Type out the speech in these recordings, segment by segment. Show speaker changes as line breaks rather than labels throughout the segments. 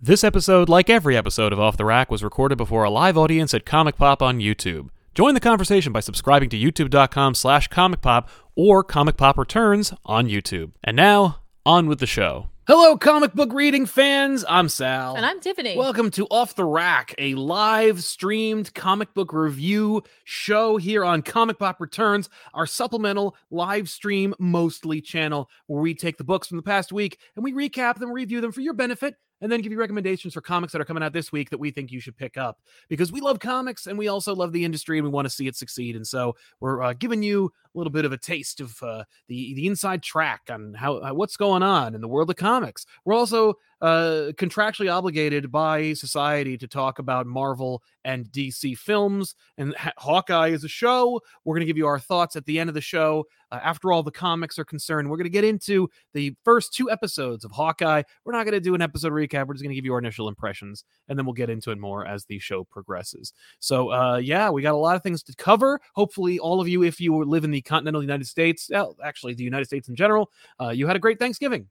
This episode, like every episode of Off the Rack, was recorded before a live audience at Comic Pop on YouTube. Join the conversation by subscribing to youtube.com slash comic pop or comic pop returns on YouTube. And now, on with the show. Hello, comic book reading fans. I'm Sal.
And I'm Tiffany.
Welcome to Off the Rack, a live streamed comic book review show here on Comic Pop Returns, our supplemental live stream mostly channel where we take the books from the past week and we recap them, review them for your benefit, and then give you recommendations for comics that are coming out this week that we think you should pick up because we love comics and we also love the industry and we want to see it succeed. And so we're uh, giving you a little bit of a taste of uh, the the inside track on how uh, what's going on in the world of comics. We're also uh, contractually obligated by society to talk about Marvel and DC films. And Ha- Hawkeye is a show. We're going to give you our thoughts at the end of the show. Uh, after all the comics are concerned, we're going to get into the first two episodes of Hawkeye. We're not going to do an episode recap. We're just going to give you our initial impressions, and then we'll get into it more as the show progresses. So, uh, yeah, we got a lot of things to cover. Hopefully, all of you, if you live in the continental United States, well, actually, the United States in general, uh, you had a great Thanksgiving.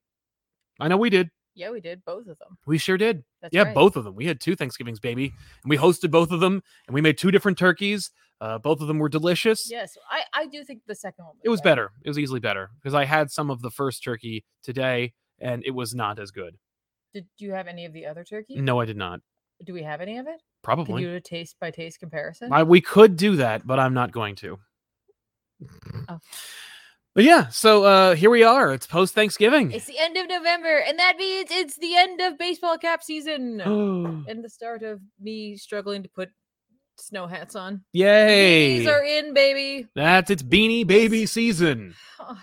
I know we did.
Yeah, we did both of them.
We sure did.
That's
yeah,
right.
both of them. We had two Thanksgivings, baby, and we hosted both of them, and we made two different turkeys. Uh, both of them were delicious.
Yes, I I do think the second one.
It was better. It was easily better because I had some of the first turkey today, and it was not as good.
Did you have any of the other turkey?
No, I did not.
Do we have any of it? Can
Probably.
you do a taste by taste comparison?
I, we could do that, but I'm not going to.
Oh.
But yeah, so uh here we are. It's post Thanksgiving.
It's the end of November, and that means it's the end of baseball cap season and the start of me struggling to put snow hats on.
Yay!
These are in, baby.
That's it's beanie baby season.
Oh,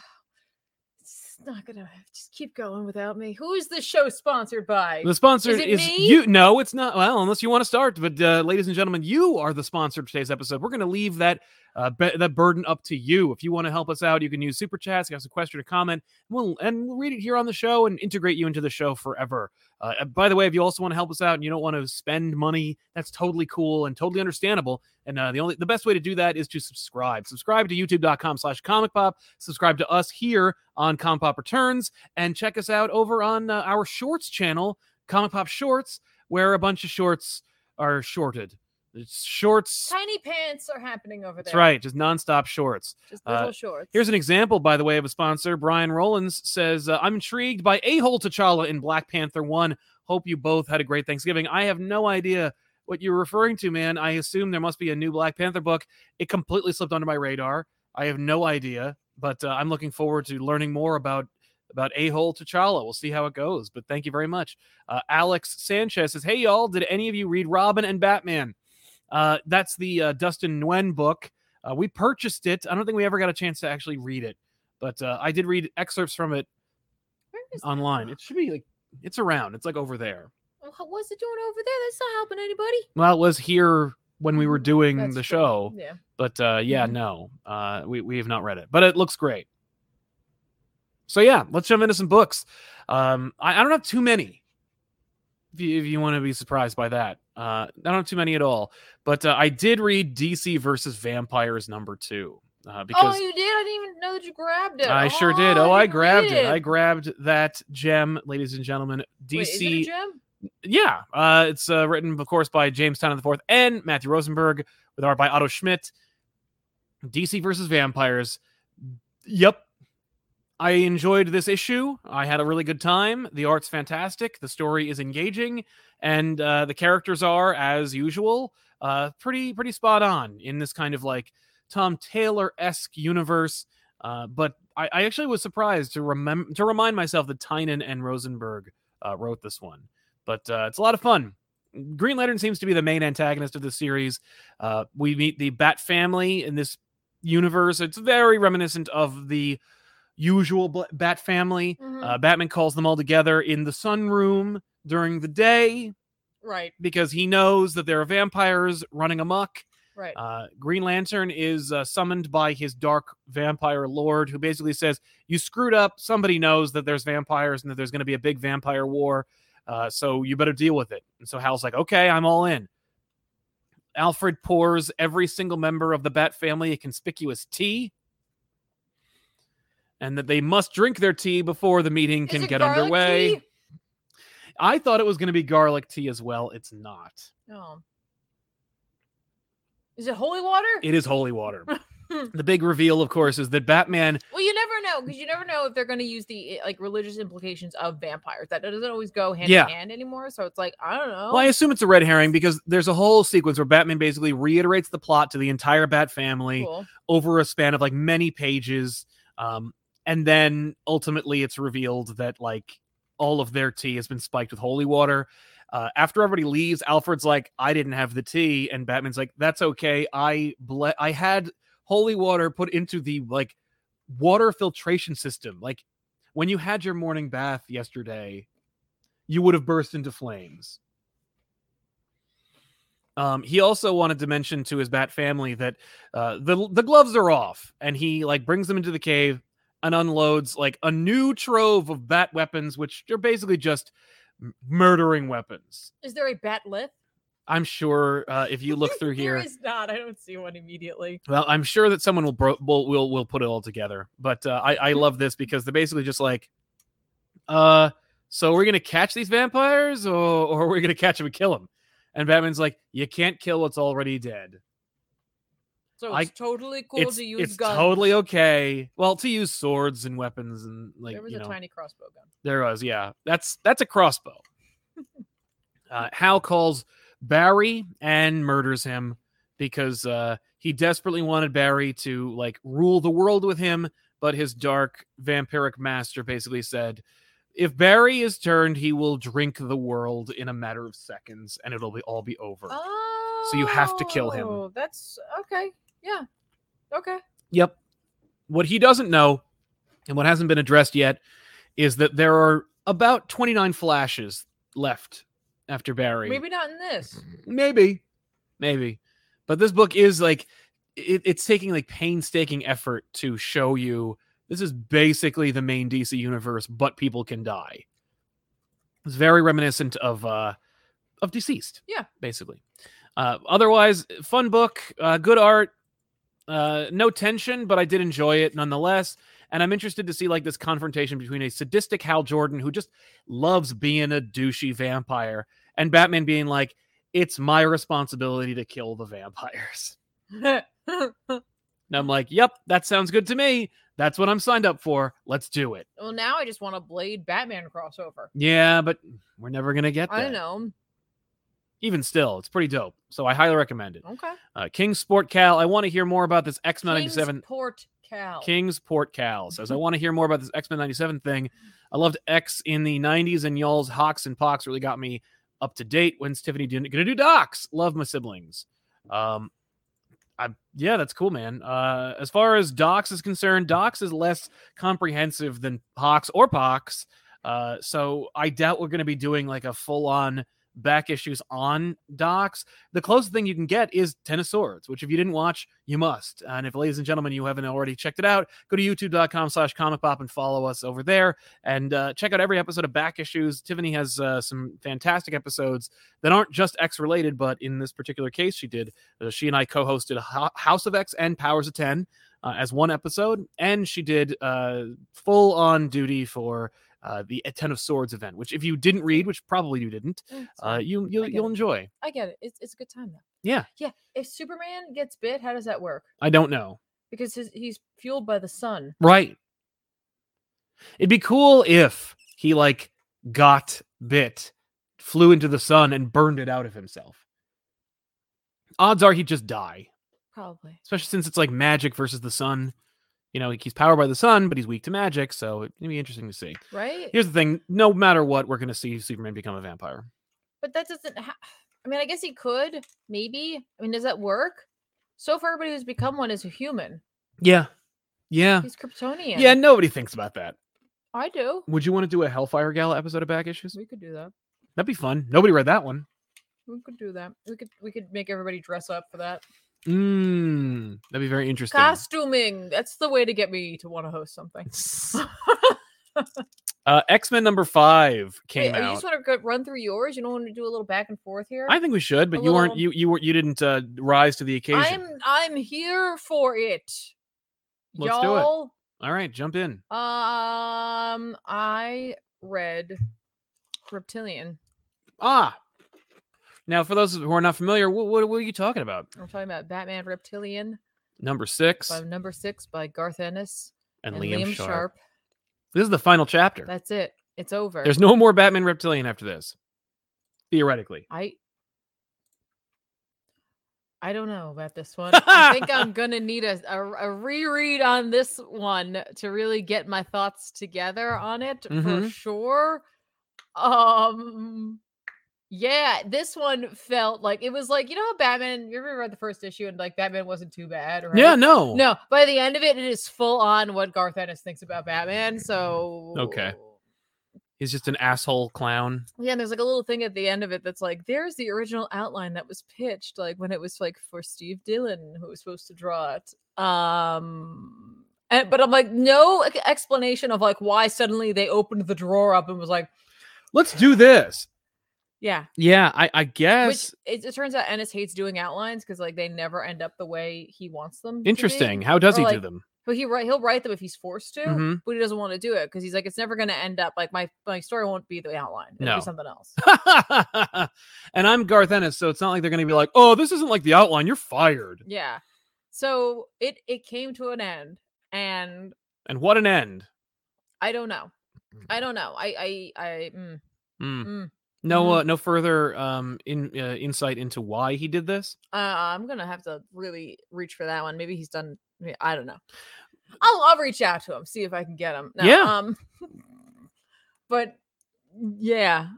it's not gonna just keep going without me. Who is this show sponsored by?
The sponsor
Is
is,
it me?
you. No, it's not. Well, unless you want to start, but uh, ladies and gentlemen, you are the sponsor of today's episode. We're going to leave that uh, be- that burden up to you. If you want to help us out, you can use super chats, give us a question or comment, and we'll and we'll read it here on the show and integrate you into the show forever. Uh, and by the way, if you also want to help us out and you don't want to spend money, that's totally cool and totally understandable. And uh, the only the best way to do that is to subscribe. Subscribe to YouTube.com/slash Comic Pop. Subscribe to us here on Comic Pop Returns, and check us out over on uh, our Shorts channel comic pop shorts where a bunch of shorts are shorted. It's shorts.
Tiny pants are happening over there.
That's right, just nonstop shorts.
Just
Uh,
little shorts.
Here's an example, by the way, of a sponsor. Brian Rollins says, uh, "I'm intrigued by a hole T'Challa in Black Panther One. Hope you both had a great Thanksgiving. I have no idea what you're referring to, man. I assume there must be a new Black Panther book. It completely slipped under my radar. I have no idea, but uh, I'm looking forward to learning more about." About a hole T'Challa. We'll see how it goes, but thank you very much. Uh, Alex Sanchez says, Hey, y'all, did any of you read Robin and Batman? Uh, that's the uh, Dustin Nguyen book. Uh, we purchased it. I don't think we ever got a chance to actually read it, but uh, I did read excerpts from it
Where is that?
online. It should be like it's around. It's like over there.
Well, how- Oh, What's it doing over there? That's not helping anybody.
Well, it was here when we were doing
Mm, That's
the
true.
show,
Yeah.
but uh, yeah,
Mhm.
no, uh, we we have not read it, but it looks great. So yeah, let's jump into some books. Um, I, I don't have too many. If you, if you want to be surprised by that, uh, I don't have too many at all. But uh, I did read DC versus Vampires number two uh, because
oh, you did? I didn't even know that you grabbed it.
I sure did.
Oh,
Oh, I
didn't read
grabbed it. I grabbed that gem, ladies and gentlemen.
Wait, is it a
DC,
gem?
yeah, uh, it's uh, written, of course, by James Town the Fourth and Matthew Rosenberg, with art by Otto Schmidt. DC versus vampires. Yep, I enjoyed this issue. I had a really good time. The art's fantastic. The story is engaging, and uh, the characters are, as usual, uh, pretty pretty spot on in this kind of like Tom Taylor esque universe. Uh, but I, I actually was surprised to remember to remind myself that Tynan and Rosenberg uh, wrote this one. But uh, it's a lot of fun. Green Lantern seems to be the main antagonist of the series. Uh, we meet the Bat family in this universe. It's very reminiscent of the usual Bla- Bat family.
Mhm.
Uh, Batman calls them all together in the sunroom during the day
right,
because he knows that there are vampires running amok.
right.
Uh, Green Lantern is uh, summoned by his dark vampire lord, who basically says, "You screwed up. Somebody knows that there's vampires and that there's going to be a big vampire war, uh, so you better deal with it." And so Hal's like, "Okay, I'm all in." Alfred pours every single member of the Bat family a conspicuous tea, and that they must drink their tea before the meeting
Is
can
it
get
garlic
underway.
tea?
I thought it was going to be garlic tea as well. It's not.
Oh. Is it holy water?
It is holy water. the big reveal, of course, is that Batman.
well, you never know because you never know if they're going to use the eh, like religious implications of vampires. That doesn't always go hand
Yeah.
in hand anymore. So it's like I don't know.
Well, I assume it's a red herring because there's a whole sequence where Batman basically reiterates the plot to the entire Bat family
Cool.
over a span of like many pages. Um, and then ultimately it's revealed that like all of their tea has been spiked with holy water. Uh, after everybody leaves, Alfred's like, I didn't have the tea. And Batman's like, that's okay. I ble- I had holy water put into the like water filtration system. Like when you had your morning bath yesterday, you would have burst into flames. Um, he also wanted to mention to his Bat family that uh, the the gloves are off, and he like brings them into the cave and unloads like a new trove of bat weapons, which are basically just m- murdering weapons.
Is there a bat lith?
I'm sure uh, if you look through here,
There is not. I don't see one immediately.
well, I'm sure that someone will bro- will, will will put it all together. But uh, I I love this because they're basically just like, uh, so we're gonna catch these vampires, or or we're gonna catch them and kill them. And Batman's like, you can't kill what's already dead.
So
I-
it's totally cool
it's
to use
it's
guns.
totally okay. Well, to use swords and weapons and like
there was
you
a
know,
tiny crossbow gun.
there was yeah. That's that's a crossbow. uh, Hal calls Barry and murders him because uh, he desperately wanted Barry to like rule the world with him, but his dark vampiric master basically said. If Barry is turned, he will drink the world in a matter of seconds, and it'll be all be over.
Oh,
you have to kill him.
That's okay. Yeah. Okay.
Yep. What he doesn't know and what hasn't been addressed yet is that there are about 29 flashes left after Barry.
Maybe not in this.
Maybe. Maybe. But this book is like it, it's taking like painstaking effort to show you this is basically the main DC universe, but people can die. It's very reminiscent of uh of deceased.
Yeah.
Basically. Uh otherwise, fun book, uh good art, uh no tension, but I did enjoy it nonetheless. And I'm interested to see like this confrontation between a sadistic Hal Jordan who just loves being a douchey vampire and Batman being like, it's my responsibility to kill the vampires. Mm-hmm.
well,
And I'm like, yep, that sounds good to me. That's what I'm signed up for. Let's do it.
now I just want a Blade Batman crossover.
Yeah, but we're never going to get there.
I know.
Even still, it's pretty dope. So I highly recommend it.
Okay.
Uh, King's Sport Cal. I want to hear more about this X Men 97.
Port Cal.
King's Port Cal says, I want to hear more about this X Men 97 thing. I loved X in the 90s and y'all's Hawks and Pox really got me up to date. When's Tiffany doing- gonna do docs? Love my siblings. Um, I, yeah, that's cool, man. Uh, as far as docs is concerned, docs is less comprehensive than Hawks or Pox. Uh, so I doubt we're gonna be doing like a full on back issues on docs. The closest thing you can get is Ten of Swords, which if you didn't watch, you must. And if, ladies and gentlemen, you haven't already checked it out, go to youtube.com slash comic pop and follow us over there. And uh, check out every episode of Back Issues. Tiffany has uh, some fantastic episodes that aren't just X related, but in this particular case, she did. Uh, she and I co hosted Ho- House of X and Powers of 10 uh, as one episode. And she did uh, full on duty for. Uh, the Ten of Swords event, which if you didn't read, which probably you didn't,
Mm, it's
uh,
fine.
you you'll,
I get
you'll
it.
enjoy.
I get it. It's, it's a good time though.
Yeah.
Yeah. If Superman gets bit, how does that work?
I don't know.
Because his, he's fueled by the sun.
Right. It'd be cool if he like got bit, flew into the sun, and burned it out of himself. Odds are he'd just die,
Probably.
especially since it's like magic versus the sun. You know, he's powered by the sun, but he's weak to magic, so it'd be interesting to see.
Right.
Here's the thing: no matter what, we're gonna see Superman become a vampire.
But that doesn't. Ha- I mean, I guess he could. Maybe. I mean, does that work? So far, everybody who's become one is a human.
Yeah, yeah,
He's Kryptonian.
yeah. Nobody thinks about that.
I do.
Would you want to do a Hellfire Gala episode of Back Issues?
We could do that.
That'd be fun. Nobody read that one.
We could do that. We could we could make everybody dress up for that.
Mm, that'd be very interesting.
Costuming. That's the way to get me to want to host something.
uh, X Men number five
Wait,
came
oh, you
out.
just want to run through yours? You don't want to do a little back and forth here?
I think we should, but
a
you weren't
little-
you you were you didn't uh, rise to the occasion.
I'm I'm here for it.
Let's do it.
Y'all,
All right, jump in.
um I read reptilian.
Ah. Now, for those who are not familiar, what, what, what are you talking about?
I'm talking about Batman Reptilian,
Number six
by number six by Garth Ennis
and, Liam, Sharp. This is the final chapter.
That's it. It's over.
There's no more Batman Reptilian after this, theoretically.
I I don't know about this one. I think I'm gonna need a, a, a reread on this one to really get my thoughts together on it for
Mhm.
sure. Um yeah, this one felt like it was like, you know how Batman, you ever read the first issue and like Batman wasn't too bad, right?
Yeah, no.
No, by the end of it, it is full on what Garth Ennis thinks about Batman. So
Okay. He's just an asshole clown.
Yeah, and there's like a little thing at the end of it that's like, there's the original outline that was pitched, like when it was like for Steve Dillon who was supposed to draw it. Um, and, but I'm like, no ex- explanation of like why suddenly they opened the drawer up and was like,
Let's do this.
yeah.
Yeah, I, I guess.
Which it, it turns out Ennis hates doing outlines because like they never end up the way he wants them. to be.
Interesting. How does
or,
he do
like,
them?
But he write, he'll write them if he's forced to,
Mhm.
but he doesn't want to do it because he's like, it's never going to end up like my my story won't be the outline. It'll
No.
be something else.
and I'm Garth Ennis, so it's not like they're going to be like, oh, this isn't like the outline. You're fired.
yeah. So it it came to an end, and
And what an end.
I don't know. I don't know. I I I mm,
Mm.
Mm.
No,
Mhm.
uh, no further um, in uh, insight into why he did this.
uh, I'm gonna have to really reach for that one. Maybe he's done. I- I don't know. I'll I'll reach out to him see if I can get him. No,
Yeah.
Um, but yeah,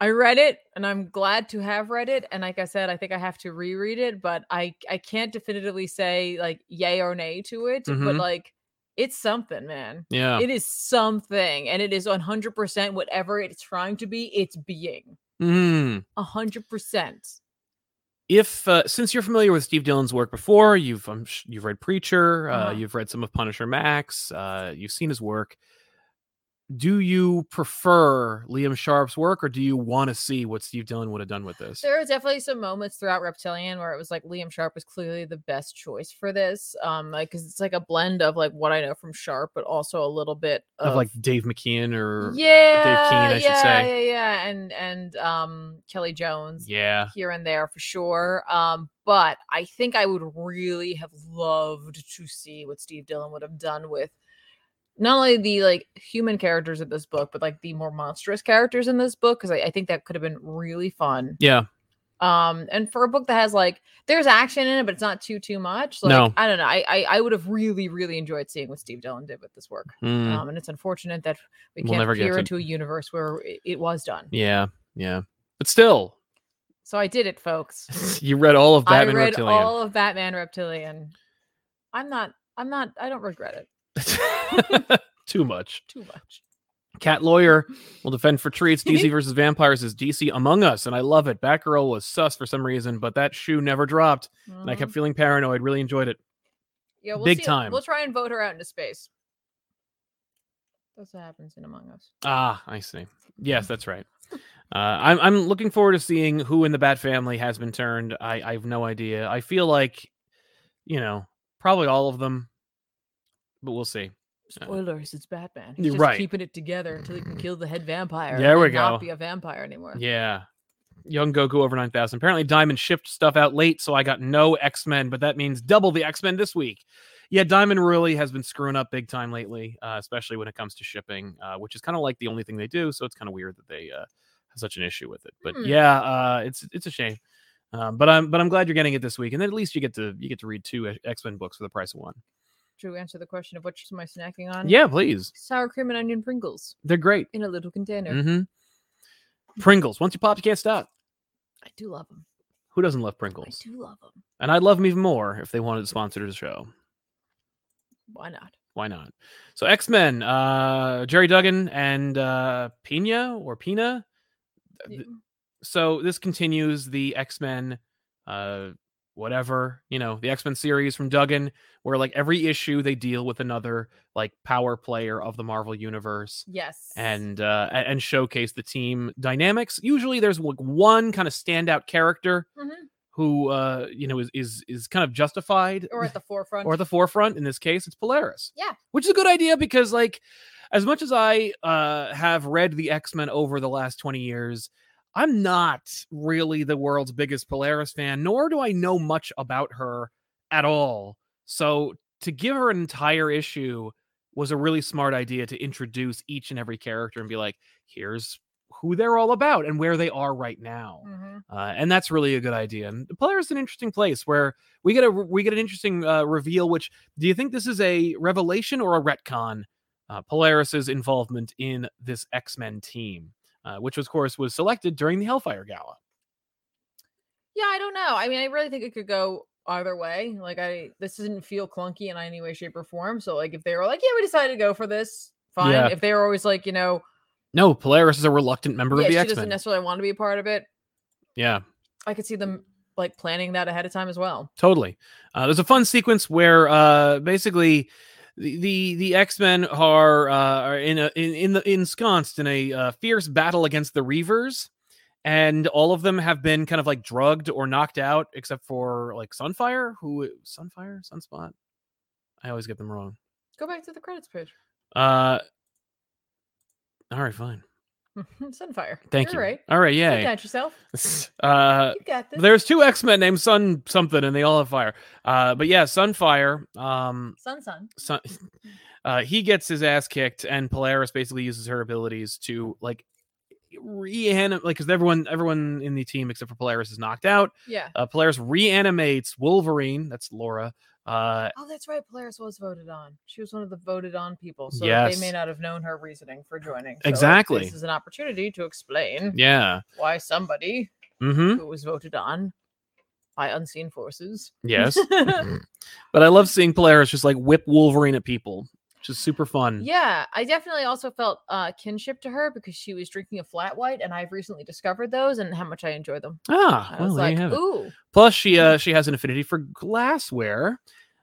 I read it and I'm glad to have read it. And like I said, I think I have to reread it, but I I can't definitively say like yay or nay to it. But
Mhm.
like, it's something, man.
Yeah.
It is something, and it is 100% whatever it's trying to be. It's being
Mm.
100%.
if uh, since you're familiar with Steve Dillon's work before, you've um, sh- you've read Preacher, uh,
Uh-huh.
you've read some of Punisher Max, uh, you've seen his work. Do you prefer Liam Sharp's work, or do you want to see what Steve Dillon would have done with this?
There are definitely some moments throughout Reptilian where it was like Liam Sharp was clearly the best choice for this. Um, like because it's like a blend of like what I know from Sharp, but also a little bit of,
Of like Dave McKeon or
yeah,
I should
yeah,
say.
yeah, yeah, and and um Kelly Jones
yeah,
here and there for sure. Um, but I think I would really have loved to see what Steve Dillon would have done with not only the like human characters of this book, but like the more monstrous characters in this book, because I, I think that could have been really fun.
yeah,
Um, and for a book that has like there's action in it, but it's not too too much. Like
No.
I don't know. I, I I would have really really enjoyed seeing what Steve Dillon did with this work.
Mm,
Um, and it's unfortunate that we
We'll
can't
never get
peer
to-
into a universe where it, it was done.
yeah, yeah. But still,
So I did it, folks.
you read all of Batman
I read
Reptilian.
all of Batman Reptilian. I'm not. I'm not. I don't regret it
Too much.
too much.
Cat Lawyer will defend for treats. DC versus Vampires is DC Among Us, and I love it. Batgirl was sus for some reason, but that shoe never dropped, and I
Mhm.
kept feeling paranoid. Really enjoyed it.
yeah, we'll
big
see-
time.
We'll try and vote her out into space. That's what happens in Among Us.
Ah, I see. Yes,
Mm-hmm.
that's right. Uh, I'm I'm looking forward to seeing who in the Bat family has been turned. I I have no idea. I feel like, you know, probably all of them, but we'll see. Yeah.
Spoilers, it's Batman.
Uh, You're
He's just
right.
keeping it together until he can kill the head vampire.
There
and
we
Not
go.
be a vampire anymore.
Yeah. Young Goku over 9,000. Apparently, Diamond shipped stuff out late, so I got no X Men, but that means double the X Men this week. Yeah, Diamond really has been screwing up big time lately, uh, especially when it comes to shipping, uh, which is kind of like the only thing they do. So it's kind of weird that they uh, have such an issue with it. But
Hmm.
yeah, uh, it's it's a shame. Um, but I'm but I'm glad you're getting it this week, and then at least you get to you get to read two X Men books for the price of one.
Should we answer the question of what am I snacking on?
Yeah, please,
Sour cream and onion Pringles
they're great.
in a little container.
hmm Pringles, once you pop, you can't stop.
I do love them.
Who doesn't love
I
Pringles?
do love them.
And I'd love them even more if they wanted to sponsor the show.
Why not?
Why not? So X Men, uh, Jerry Duggan and uh, Pina or Pina. th-
You-
So this continues the X Men, uh, whatever you know, the X Men series from Duggan, where like every issue they deal with another like power player of the Marvel universe
Yes.
and uh, a- and showcase the team dynamics. Usually, there's like one kind of standout character
Mhm.
who uh, you know is is is kind of justified
or at the forefront.
or at the forefront in this case it's polaris
Yeah.
which is a good idea because like as much as i uh have read the x-men over the last 20 years i'm not really the world's biggest polaris fan nor do i know much about her at all so to give her an entire issue was a really smart idea to introduce each and every character and be like here's who they're all about and where they are right now
Mhm.
uh, and that's really a good idea. And Polaris is an interesting place where we get a we get an interesting uh, reveal. Which do you think this is a revelation or a retcon? Uh, Polaris's involvement in this X Men team, uh, which of course was selected during the Hellfire Gala.
Yeah, I don't know. I mean, I really think it could go either way. Like, I this doesn't feel clunky in any way, shape, or form. So, like, if they were like, "Yeah, we decided to go for this," fine.
Yeah.
If they were always like, you know,
No, Polaris is a reluctant member
yeah,
of
she
the X
doesn't
Men.
necessarily want to be a part of it,
yeah,
I could see
Mm.
them like planning that ahead of time as well.
totally. Uh, there's a fun sequence where uh, basically the the, the X Men are, uh, are in a in in the ensconced in a uh, fierce battle against the Reavers, and all of them have been kind of like drugged or knocked out, except for like Sunfire, who Sunfire Sunspot. I always get them wrong.
Go back to the credits page.
Uh, all right, fine.
Sunfire.
Thank
You're
you.
Right.
All right,
You
yay.
got yourself.
Uh,
You got this.
there's two X Men named Sun something, and they all have fire. Uh, but yeah, Sunfire. Um,
Sun, sun.
son,
Mm.
uh, he gets his ass kicked, and Polaris basically uses her abilities to like reanimate, like because everyone everyone in the team except for Polaris is knocked out.
Yeah.
Uh, Polaris reanimates Wolverine. That's Laura. Uh,
Oh, that's right. Polaris was voted on. She was one of the voted on people, so they
Yes.
may not have known her reasoning for joining. So
Exactly.
This is an opportunity to explain
yeah.
why somebody
Mm-hmm.
who was voted on by unseen forces.
Yes. Mm-hmm. but I love seeing Polaris just like whip Wolverine at people. Which is super fun.
Yeah, I definitely also felt uh, kinship to her because she was drinking a flat white, and I've recently discovered those and how much I enjoy them.
Ah,
I
well,
was
there you
like,
have it.
ooh,
Plus, she uh, she has an affinity for glassware,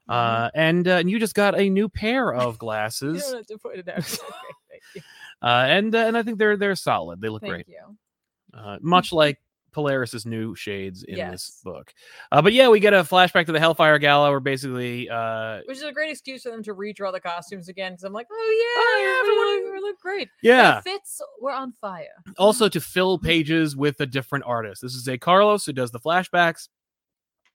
Mhm.
uh, and uh, you just got a new pair of
you
glasses,
don't have to put it out. It's okay, thank you.
uh, and uh, and I think they're they're solid. They look
Thank
great.
you.
uh, much like Polaris's new shades in this
Yes.
book. Uh, but yeah, we get a flashback to the Hellfire Gala where basically, uh,
Which is a great excuse for them to redraw the costumes again because I'm like, oh yeah,
yeah,
we, look, we look great. The
yeah,
fits were on fire.
also to fill pages with a different artist. This is a Carlos who does the flashbacks,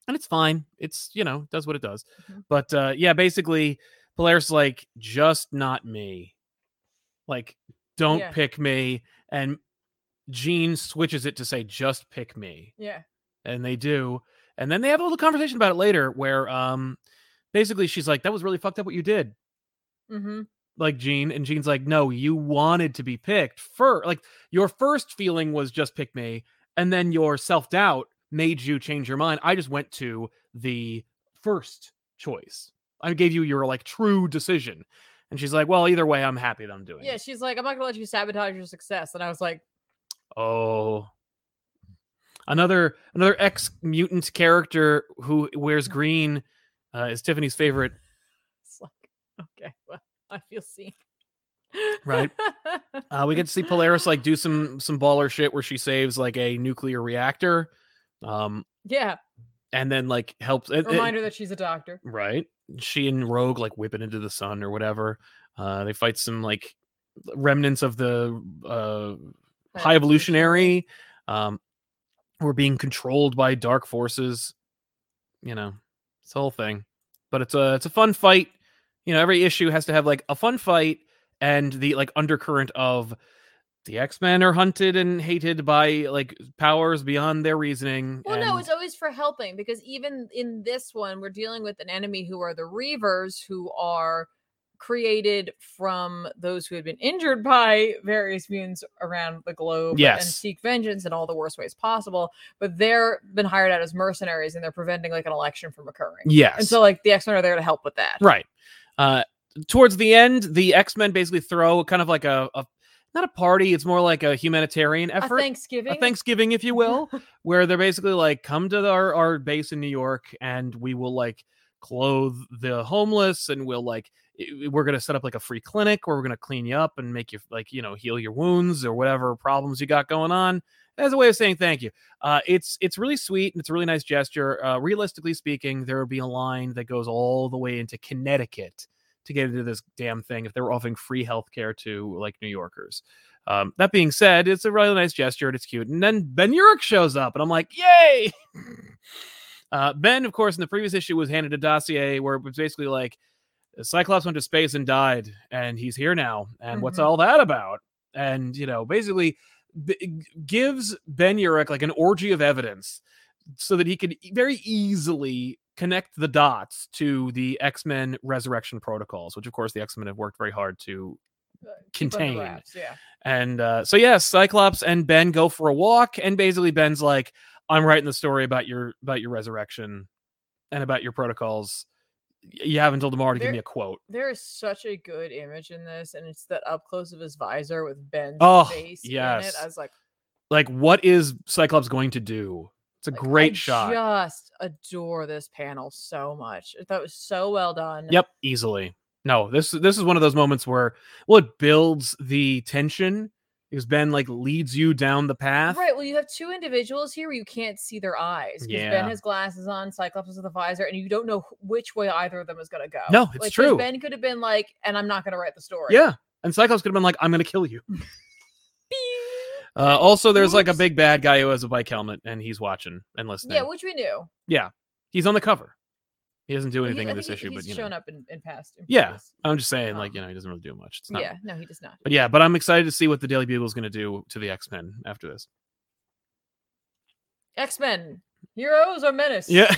and it's fine. It's you know does what it does.
Mhm.
But uh, yeah, basically, Polaris is like just not me. Like, don't
Yeah.
pick me, and Gene switches it to say just pick me.
Yeah,
and they do and then they have a little conversation about it later where um basically she's like that was really fucked up what you did
mm-hmm.
like gene and gene's like no you wanted to be picked first like your first feeling was just pick me and then your self-doubt made you change your mind i just went to the first choice i gave you your like true decision and she's like well either way i'm happy that i'm doing
yeah.
it."
She's like, I'm not gonna let you sabotage your success, and I was like,
Oh. Another another ex mutant character who wears green uh, is Tiffany's favorite.
it's like, okay, well, I feel seen.
Right. Uh, we get to see Polaris like do some some baller shit where she saves like a nuclear reactor, um,
yeah.
and then like helps. it- it-
Reminder that she's a doctor.
right? She and Rogue like whip it into the sun or whatever. Uh, they fight some like remnants of the uh, high evolutionary, um, we're being controlled by dark forces. You know, it's the whole thing. But it's a it's a fun fight. You know, every issue has to have like a fun fight and the like undercurrent of the X Men are hunted and hated by like powers beyond their reasoning.
Well, no,
and-
it's always for helping because even in this one, we're dealing with an enemy who are the Reavers, who are created from those who had been injured by various mutants around the globe and
Yes.
seek vengeance in all the worst ways possible. But they're been hired out as mercenaries and they're preventing like an election from occurring.
yes,
And so, like, the X Men are there to help with that.
Right. Uh, towards the end, the X Men basically throw kind of like a, a not a party. It's more like a humanitarian
A
effort,
Thanksgiving. Mm-hmm.
a Thanksgiving, if you will, where they're basically like, come to the- our our base in New York, and we will like clothe the homeless, and we'll like i- we're gonna set up like a free clinic where we're gonna clean you up and make you like you know heal your wounds or whatever problems you got going on, as a way of saying thank you. Uh, it's it's really sweet and it's a really nice gesture. Uh, realistically speaking, there would be a line that goes all the way into Connecticut to get into this damn thing if they were offering free healthcare to like New Yorkers. Um, that being said, it's a really nice gesture and it's cute. And then Ben Urich shows up, and I'm like, yay! Uh, ben, of course, in the previous issue was handed a dossier where it was basically like Cyclops went to space and died, and he's here now. And what's
Mhm.
all that about? And you know, basically b- gives Ben Urich like an orgy of evidence so that he could e- very easily connect the dots to the X-Men resurrection protocols, which of course the X-Men have worked very hard to
Uh, Keep under
contain.
wraps, Yeah.
And uh, so, yes, Cyclops and Ben go for a walk, and basically Ben's like, "I'm writing the story about your about your resurrection, and about your protocols. Y- You have until tomorrow to give
There-
me a quote."
There is such a good image in this, and it's that up close of his visor with Ben's
Oh,
face in it.
yes.
I was like,
Like, what is Cyclops going to do? It's a
like,
great
I
shot.
Just adore this panel so much. I thought it was so well done.
Yep, easily. No, this this is one of those moments where well, it builds the tension because Ben like leads you down the path.
Right. Well, you have two individuals here where you can't see their eyes. 'cause
Yeah.
Ben has glasses on, Cyclops is the visor, and you don't know wh- which way either of them is going to go.
No, it's
Like, 'cause
true.
Ben could have been like, and I'm not going to write the story.
Yeah, and Cyclops could have been like, "I'm going to kill you."
Bing.
Uh, also, there's like a
Oops.
big bad guy who has a bike helmet, and he's watching and listening.
Yeah, which we knew.
he's on the cover. He doesn't do
He-
anything
I
in this
think he-
issue,
he's
but you know,
shown up in, in past. in
Yeah.
previous-
I'm just saying, like
um,
you know, he doesn't really do much. It's not,
yeah. No, he does not.
but yeah, but I'm excited to see what the Daily Bugle is going to do to the X Men after this.
X Men heroes or menace.
Yeah,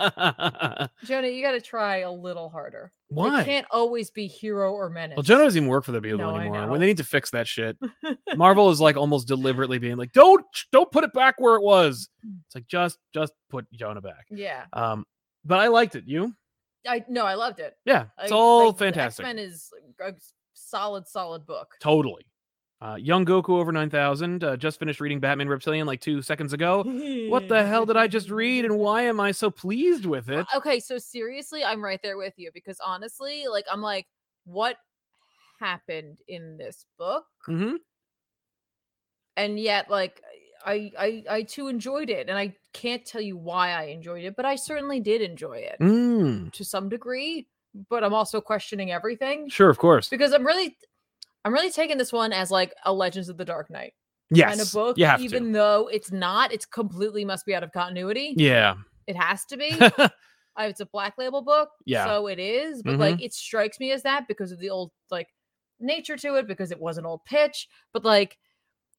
Jonah, you got to try a little harder.
why?
It can't always be hero or menace.
well, Jonah doesn't even work for the Bugle
No, I
anymore.
know.
When they need to fix that shit, Marvel is like almost deliberately being like, "Don't, don't put it back where it was." It's like just, just put Jonah back.
Yeah.
Um, but I liked it. You?
I no, I loved it.
Yeah, it's
Like-
all
like,
fantastic.
X Men is a s- solid, solid book.
Totally. Uh, Young Goku over 9000. Uh, just finished reading Batman Reptilian like two seconds ago. What the hell did I just read and why am I so pleased with it?
Okay, so seriously, I'm right there with you because honestly, like I'm like, what happened in this book?
hmm
And yet, like I, I, I too enjoyed it, and I can't tell you why I enjoyed it, but I certainly did enjoy it
Mm.
to some degree. But I'm also questioning everything
Sure, of course.
because I'm really, I'm really taking this one as like a Legends of the Dark Knight.
Yes.
kind of book,
you have
even
to.
though it's not. It's completely must be out of continuity.
Yeah.
It has to be.
mm-hmm.
I- it's a black label book,
Yeah. Mm-hmm.
So it is, but like it strikes me as that because of the old like nature to it, because it was an old pitch. But like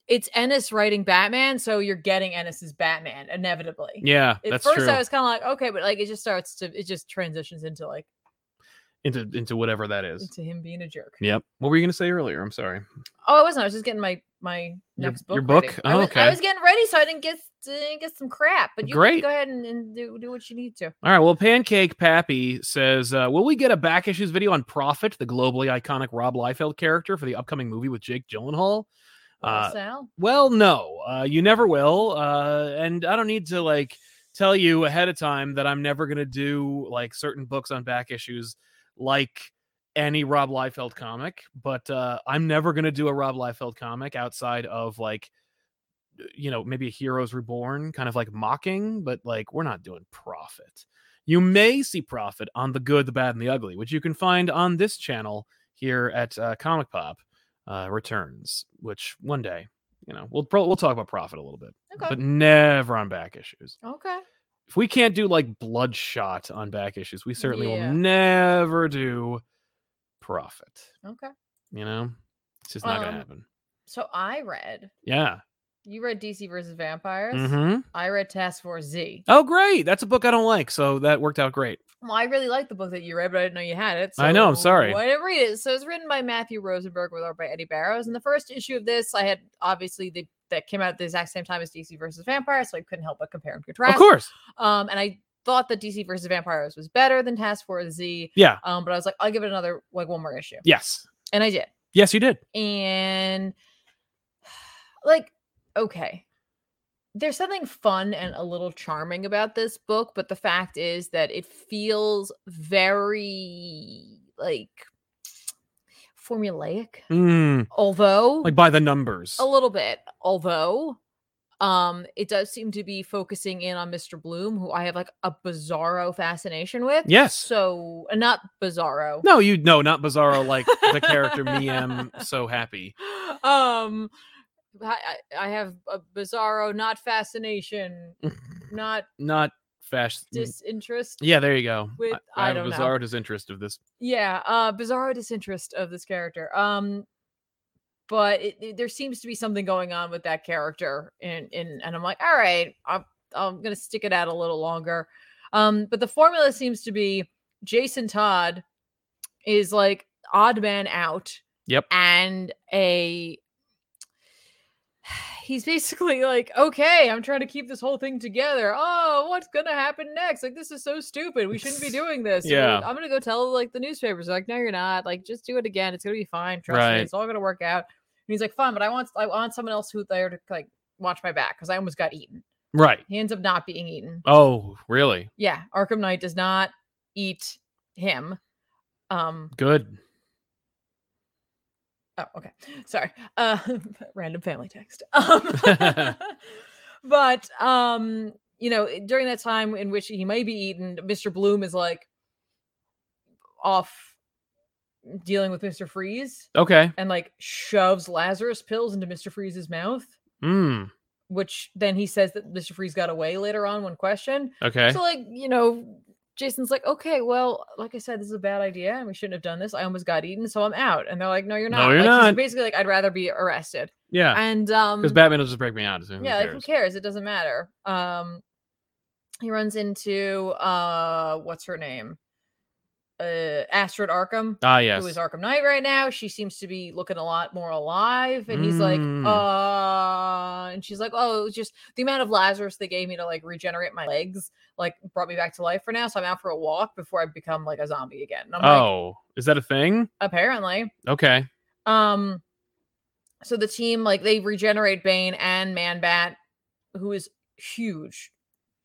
it's Ennis writing Batman, so you're getting Ennis's Batman inevitably.
Yeah,
At
that's
first,
true.
I was kind of like, okay, but like it just starts to, it just transitions into like
Into into whatever that is.
into him being a jerk.
Yep. What were you gonna say earlier? I'm sorry.
Oh, I wasn't. I was just getting my my
Your-
next book.
your
ready.
book?
I
Oh,
was, I
okay.
was getting ready, so I didn't get didn't get some crap. But you can
Great.
go ahead and, and do do what you need to.
All right. Well, Pancake Pappy says, uh, "Will we get a back issues video on Prophet, the globally iconic Rob Liefeld character, for the upcoming movie with Jake Gyllenhaal?" Uh,
Sal.
Well, no, uh, you never will, uh, and I don't need to like tell you ahead of time that I'm never gonna do like certain books on back issues, like any Rob Liefeld comic. But uh, I'm never gonna do a Rob Liefeld comic outside of like, uh, you know, maybe a Heroes Reborn, kind of like mocking, but like we're not doing Profit. You may see Profit on the Good, the Bad, and the Ugly, which you can find on this channel here at uh, Comic Pop uh, Returns, which one day you know, we'll pro- we'll talk about profit a little bit,
Okay.
but never on back issues.
okay.
If we can't do like bloodshot on back issues, we certainly
Yeah.
will never do profit.
Okay.
You know, it's just not gonna
Um,
happen.
So I read.
Yeah.
You read DC versus Vampires.
hmm
I read Task Force Z.
Oh, great! That's a book I don't like, so that worked out great.
Well, I really liked the book that you read, but I didn't know you had it.
I know, I'm
so
sorry.
I didn't read it. So it's written by Matthew Rosenberg with art by Eddie Barrows. And the first issue of this, I had obviously the, that came out at the exact same time as DC versus Vampires, so I couldn't help but compare and contrast.
Of course.
Um, and I thought that DC versus Vampires was better than Task Force Z.
Yeah.
Um, but I was like, I'll give it another like one more issue,
Yes.
and I did.
Yes, you did.
And like, okay, there's something fun and a little charming about this book, but the fact is that it feels very like formulaic.
Mm,
Although
like by the numbers.
Oh. a little bit, although Um, it does seem to be focusing in on Mr. Bloom, who I have like a bizarro fascination with.
Yes.
So uh, not bizarro.
No, you no, not Bizarro like the character me am so happy.
um I, I I have a bizarro not fascination, not
Not fast.
disinterest.
yeah, there you go.
With-
I,
I
have
don't
a
know.
bizarro disinterest of this.
yeah uh bizarro disinterest of this character um but it, it- there seems to be something going on with that character and and, and i'm like all right I'm, I'm gonna stick it out a little longer um but the formula seems to be jason todd is like odd man out
Yep.
and a he's basically like okay i'm trying to keep this whole thing together oh what's gonna happen next like this is so stupid we shouldn't be doing this We're gonna-
Yeah.
i'm gonna go tell like the newspapers They're like no you're not like just do it again it's gonna be fine trust
Right.
me it's all gonna work out and he's like fine but i want i want someone else who there to like watch my back because i almost got eaten
Right.
he ends up not being eaten
Oh, really?
yeah arkham knight does not eat him um
Good.
Oh, okay. Sorry. Uh, random family text. Um, but um, you know, during that time in which he may be eaten, Mr. Bloom is like off dealing with Mr. Freeze
Okay.
and like shoves Lazarus pills into Mr. Freeze's mouth,
Mm.
which then he says that Mr. Freeze got away later on when questioned.
Okay.
So like, you know, Jason's like, okay, well, like I said, this is a bad idea and we shouldn't have done this. I almost got eaten, so I'm out. And they're like, no, you're
No,
not.
you're
like, he's
not.
basically like, I'd rather be arrested.
yeah.
And um
Because Batman will just break me out. as soon as
yeah,
he
like, who
cares.
cares? It doesn't matter. Um he runs into uh what's her name? Uh Astrid Arkham,
Ah, yes.
who is Arkham Knight right now. She seems to be looking a lot more alive. And he's
Mm.
like, uh and she's like, Oh, it was just the amount of Lazarus they gave me to like regenerate my legs, like brought me back to life for now. So I'm out for a walk before I become like a zombie again. And I'm like,
oh, is that a thing?
apparently.
Okay.
Um, so the team like they regenerate Bane and Man Bat, who is huge.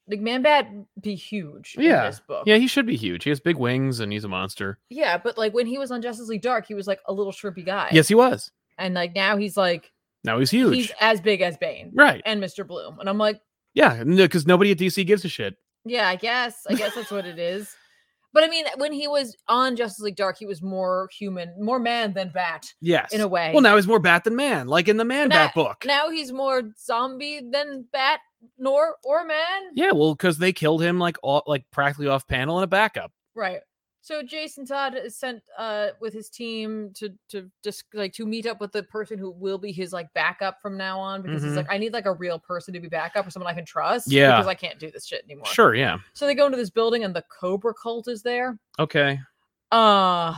Like Man Bat be huge
Yeah.
in this book.
Yeah, he should be huge. He has big wings and he's a monster.
Yeah, but like when he was on Justice League Dark, he was like a little shrimpy guy.
Yes, he was.
And like now he's like
Now he's huge.
he's as big as Bane
right.
and Mr. Bloom. And I'm like,
Yeah. Because nobody at DC gives a shit.
yeah, I guess. I guess that's what it is. But I mean, when he was on Justice League Dark, he was more human, more man than bat
Yes.
in a way.
Well, now he's more bat than man, like in the Man
Now-
Bat book.
now he's more zombie than bat nor or man.
yeah, well, because they killed him like all, like practically off panel in a backup.
Right. So Jason Todd is sent uh with his team to to just like to meet up with the person who will be his like backup from now on because
Mhm.
he's like I need like a real person to be backup or someone I can trust
Yeah.
because I can't do this shit anymore.
Sure. Yeah.
So they go into this building and the Cobra cult is there.
Okay.
Uh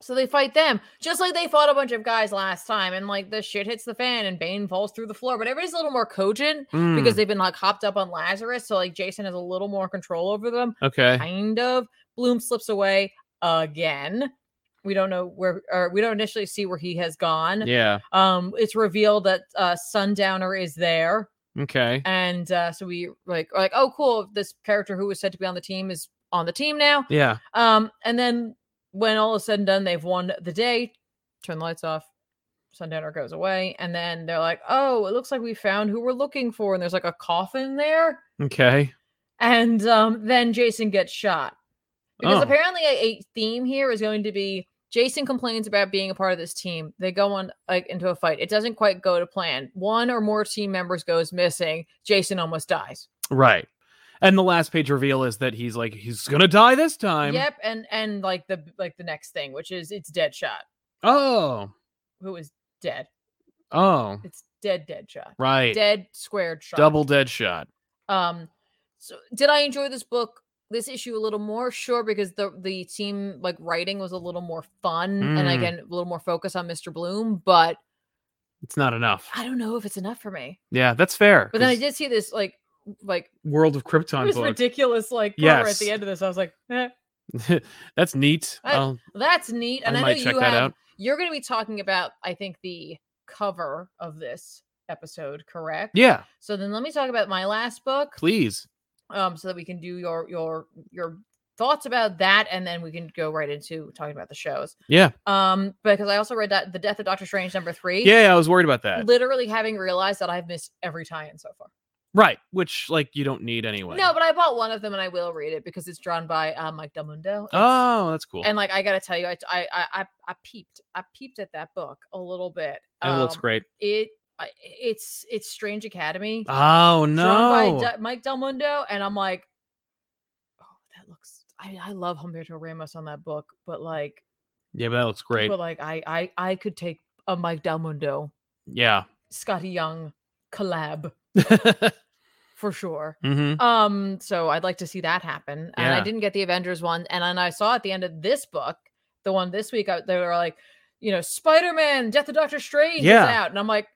So they fight them just like they fought a bunch of guys last time and like the shit hits the fan and Bane falls through the floor but everybody's a little more cogent because
Mm,
they've been like hopped up on Lazarus so like Jason has a little more control over them
Hmm. okay.
kind of. Bloom slips away again. We don't know where, or we don't initially see where he has gone.
Yeah.
Um, it's revealed that uh, Sundowner is there,
Okay.
and uh, so we like are like, oh, cool, this character who was said to be on the team is on the team now.
Yeah.
Um, and then when all is said and done, they've won the day. Turn the lights off. Sundowner goes away, and then they're like, oh, it looks like we found who we're looking for, and there's like a coffin there,
Okay.
and um, then Jason gets shot. Because
Oh,
apparently a, a theme here is going to be Jason complains about being a part of this team. They go on like into a fight. It doesn't quite go to plan. One or more team members goes missing. Jason almost dies.
right. And the last page reveal is that he's like he's gonna die this time.
yep, and and like the like the next thing, which is it's Deadshot,
Oh.
who is dead.
Oh.
It's dead Deadshot.
Right.
Dead squared shot.
Double dead shot.
Um, so did I enjoy this book, this issue a little more? Sure, because the the team like writing was a little more fun, and
Mm.
again a little more focus on Mr. Bloom. But
It's not enough.
I don't know if it's enough for me.
Yeah, that's fair.
But then I
'cause
did see this like like
World of
it
Krypton
was
book.
ridiculous like cover at
Yes.
the end of this. I was like, eh,
that's neat.
I-
I'll-
that's neat. And
I
I,
might
know
check
you
that
have
out.
you're going to be talking about I think the cover of this episode, correct?
yeah,
So then let me talk about my last book,
please.
um, so that we can do your your your thoughts about that, and then we can go right into talking about the shows.
Yeah.
Um, because I also read that the Death of Doctor Strange number three.
Yeah, I was worried about that.
Literally having realized that I've missed every tie-in so far.
Right, which like you don't need anyway.
No, but I bought one of them and I will read it because it's drawn by uh, Mike Delmundo. It's-
Oh, that's cool.
And like I gotta tell you, I I I, I- I peeped, I peeped at that book a little bit.
it looks
Um,
great.
It I- it's it's Strange Academy.
Oh no.
Drawn by D- Mike Del Mundo, and I'm like, oh, that looks. I I love Humberto Ramos on that book, but like,
yeah, but that looks great.
but like I I I could take a Mike Del Mundo,
Yeah.
Scotty Young collab
mm-hmm.
for sure. Um, so I'd like to see that happen. And
Mm.
I
Yeah.
didn't get the Avengers one, and then I saw at the end of this book, the one this week, I, they were like, you know, Spider Man, Death of Doctor Strange
Yeah.
is out, and I'm like,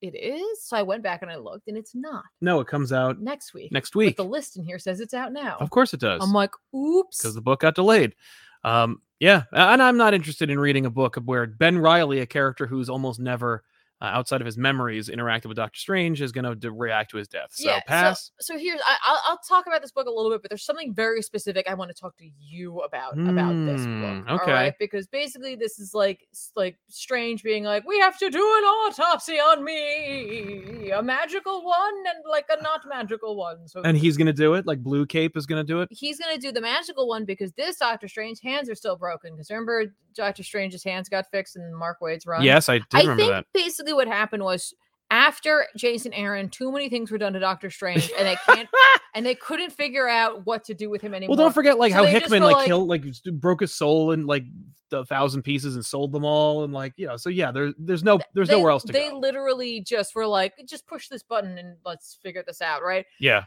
it is. So I went back and I looked, and it's not
No, it comes out
next week.
next week.
But the list in here says it's out now.
Of course it does.
I'm like, oops.
because the book got delayed. Um, yeah, a- and I'm not interested in reading a book of where Ben Riley, a character who's almost never uh, outside of his memories interacted with Doctor Strange, is going to de- react to his death. So
Yeah, so-
pass.
so here's I, I'll, I'll talk about this book a little bit, but there's something very specific I want to talk to you about about this
Mm,
book.
okay.
because basically this is like s- like strange being like we have to do an autopsy on me, a magical one and like a not magical one. So
and he's going to do it. Like Blue Cape is going to do it.
he's gonna do the magical one because this Doctor Strange hands are still broken. Because remember Doctor Strange's hands got fixed in Mark Wade's run.
Yes, I did
I
remember
think
that.
basically what happened was after Jason Aaron, too many things were done to Doctor Strange, and they can't and they couldn't figure out what to do with him anymore.
Well, don't forget like
So
how
they just
Hickman
go,
like,
like-
killed, like s- broke his soul in like a thousand pieces and sold them all, and like you know. So yeah, there's there's no there's
they,
nowhere else to
They
go.
literally just were like, just push this button and let's figure this out, right?
Yeah.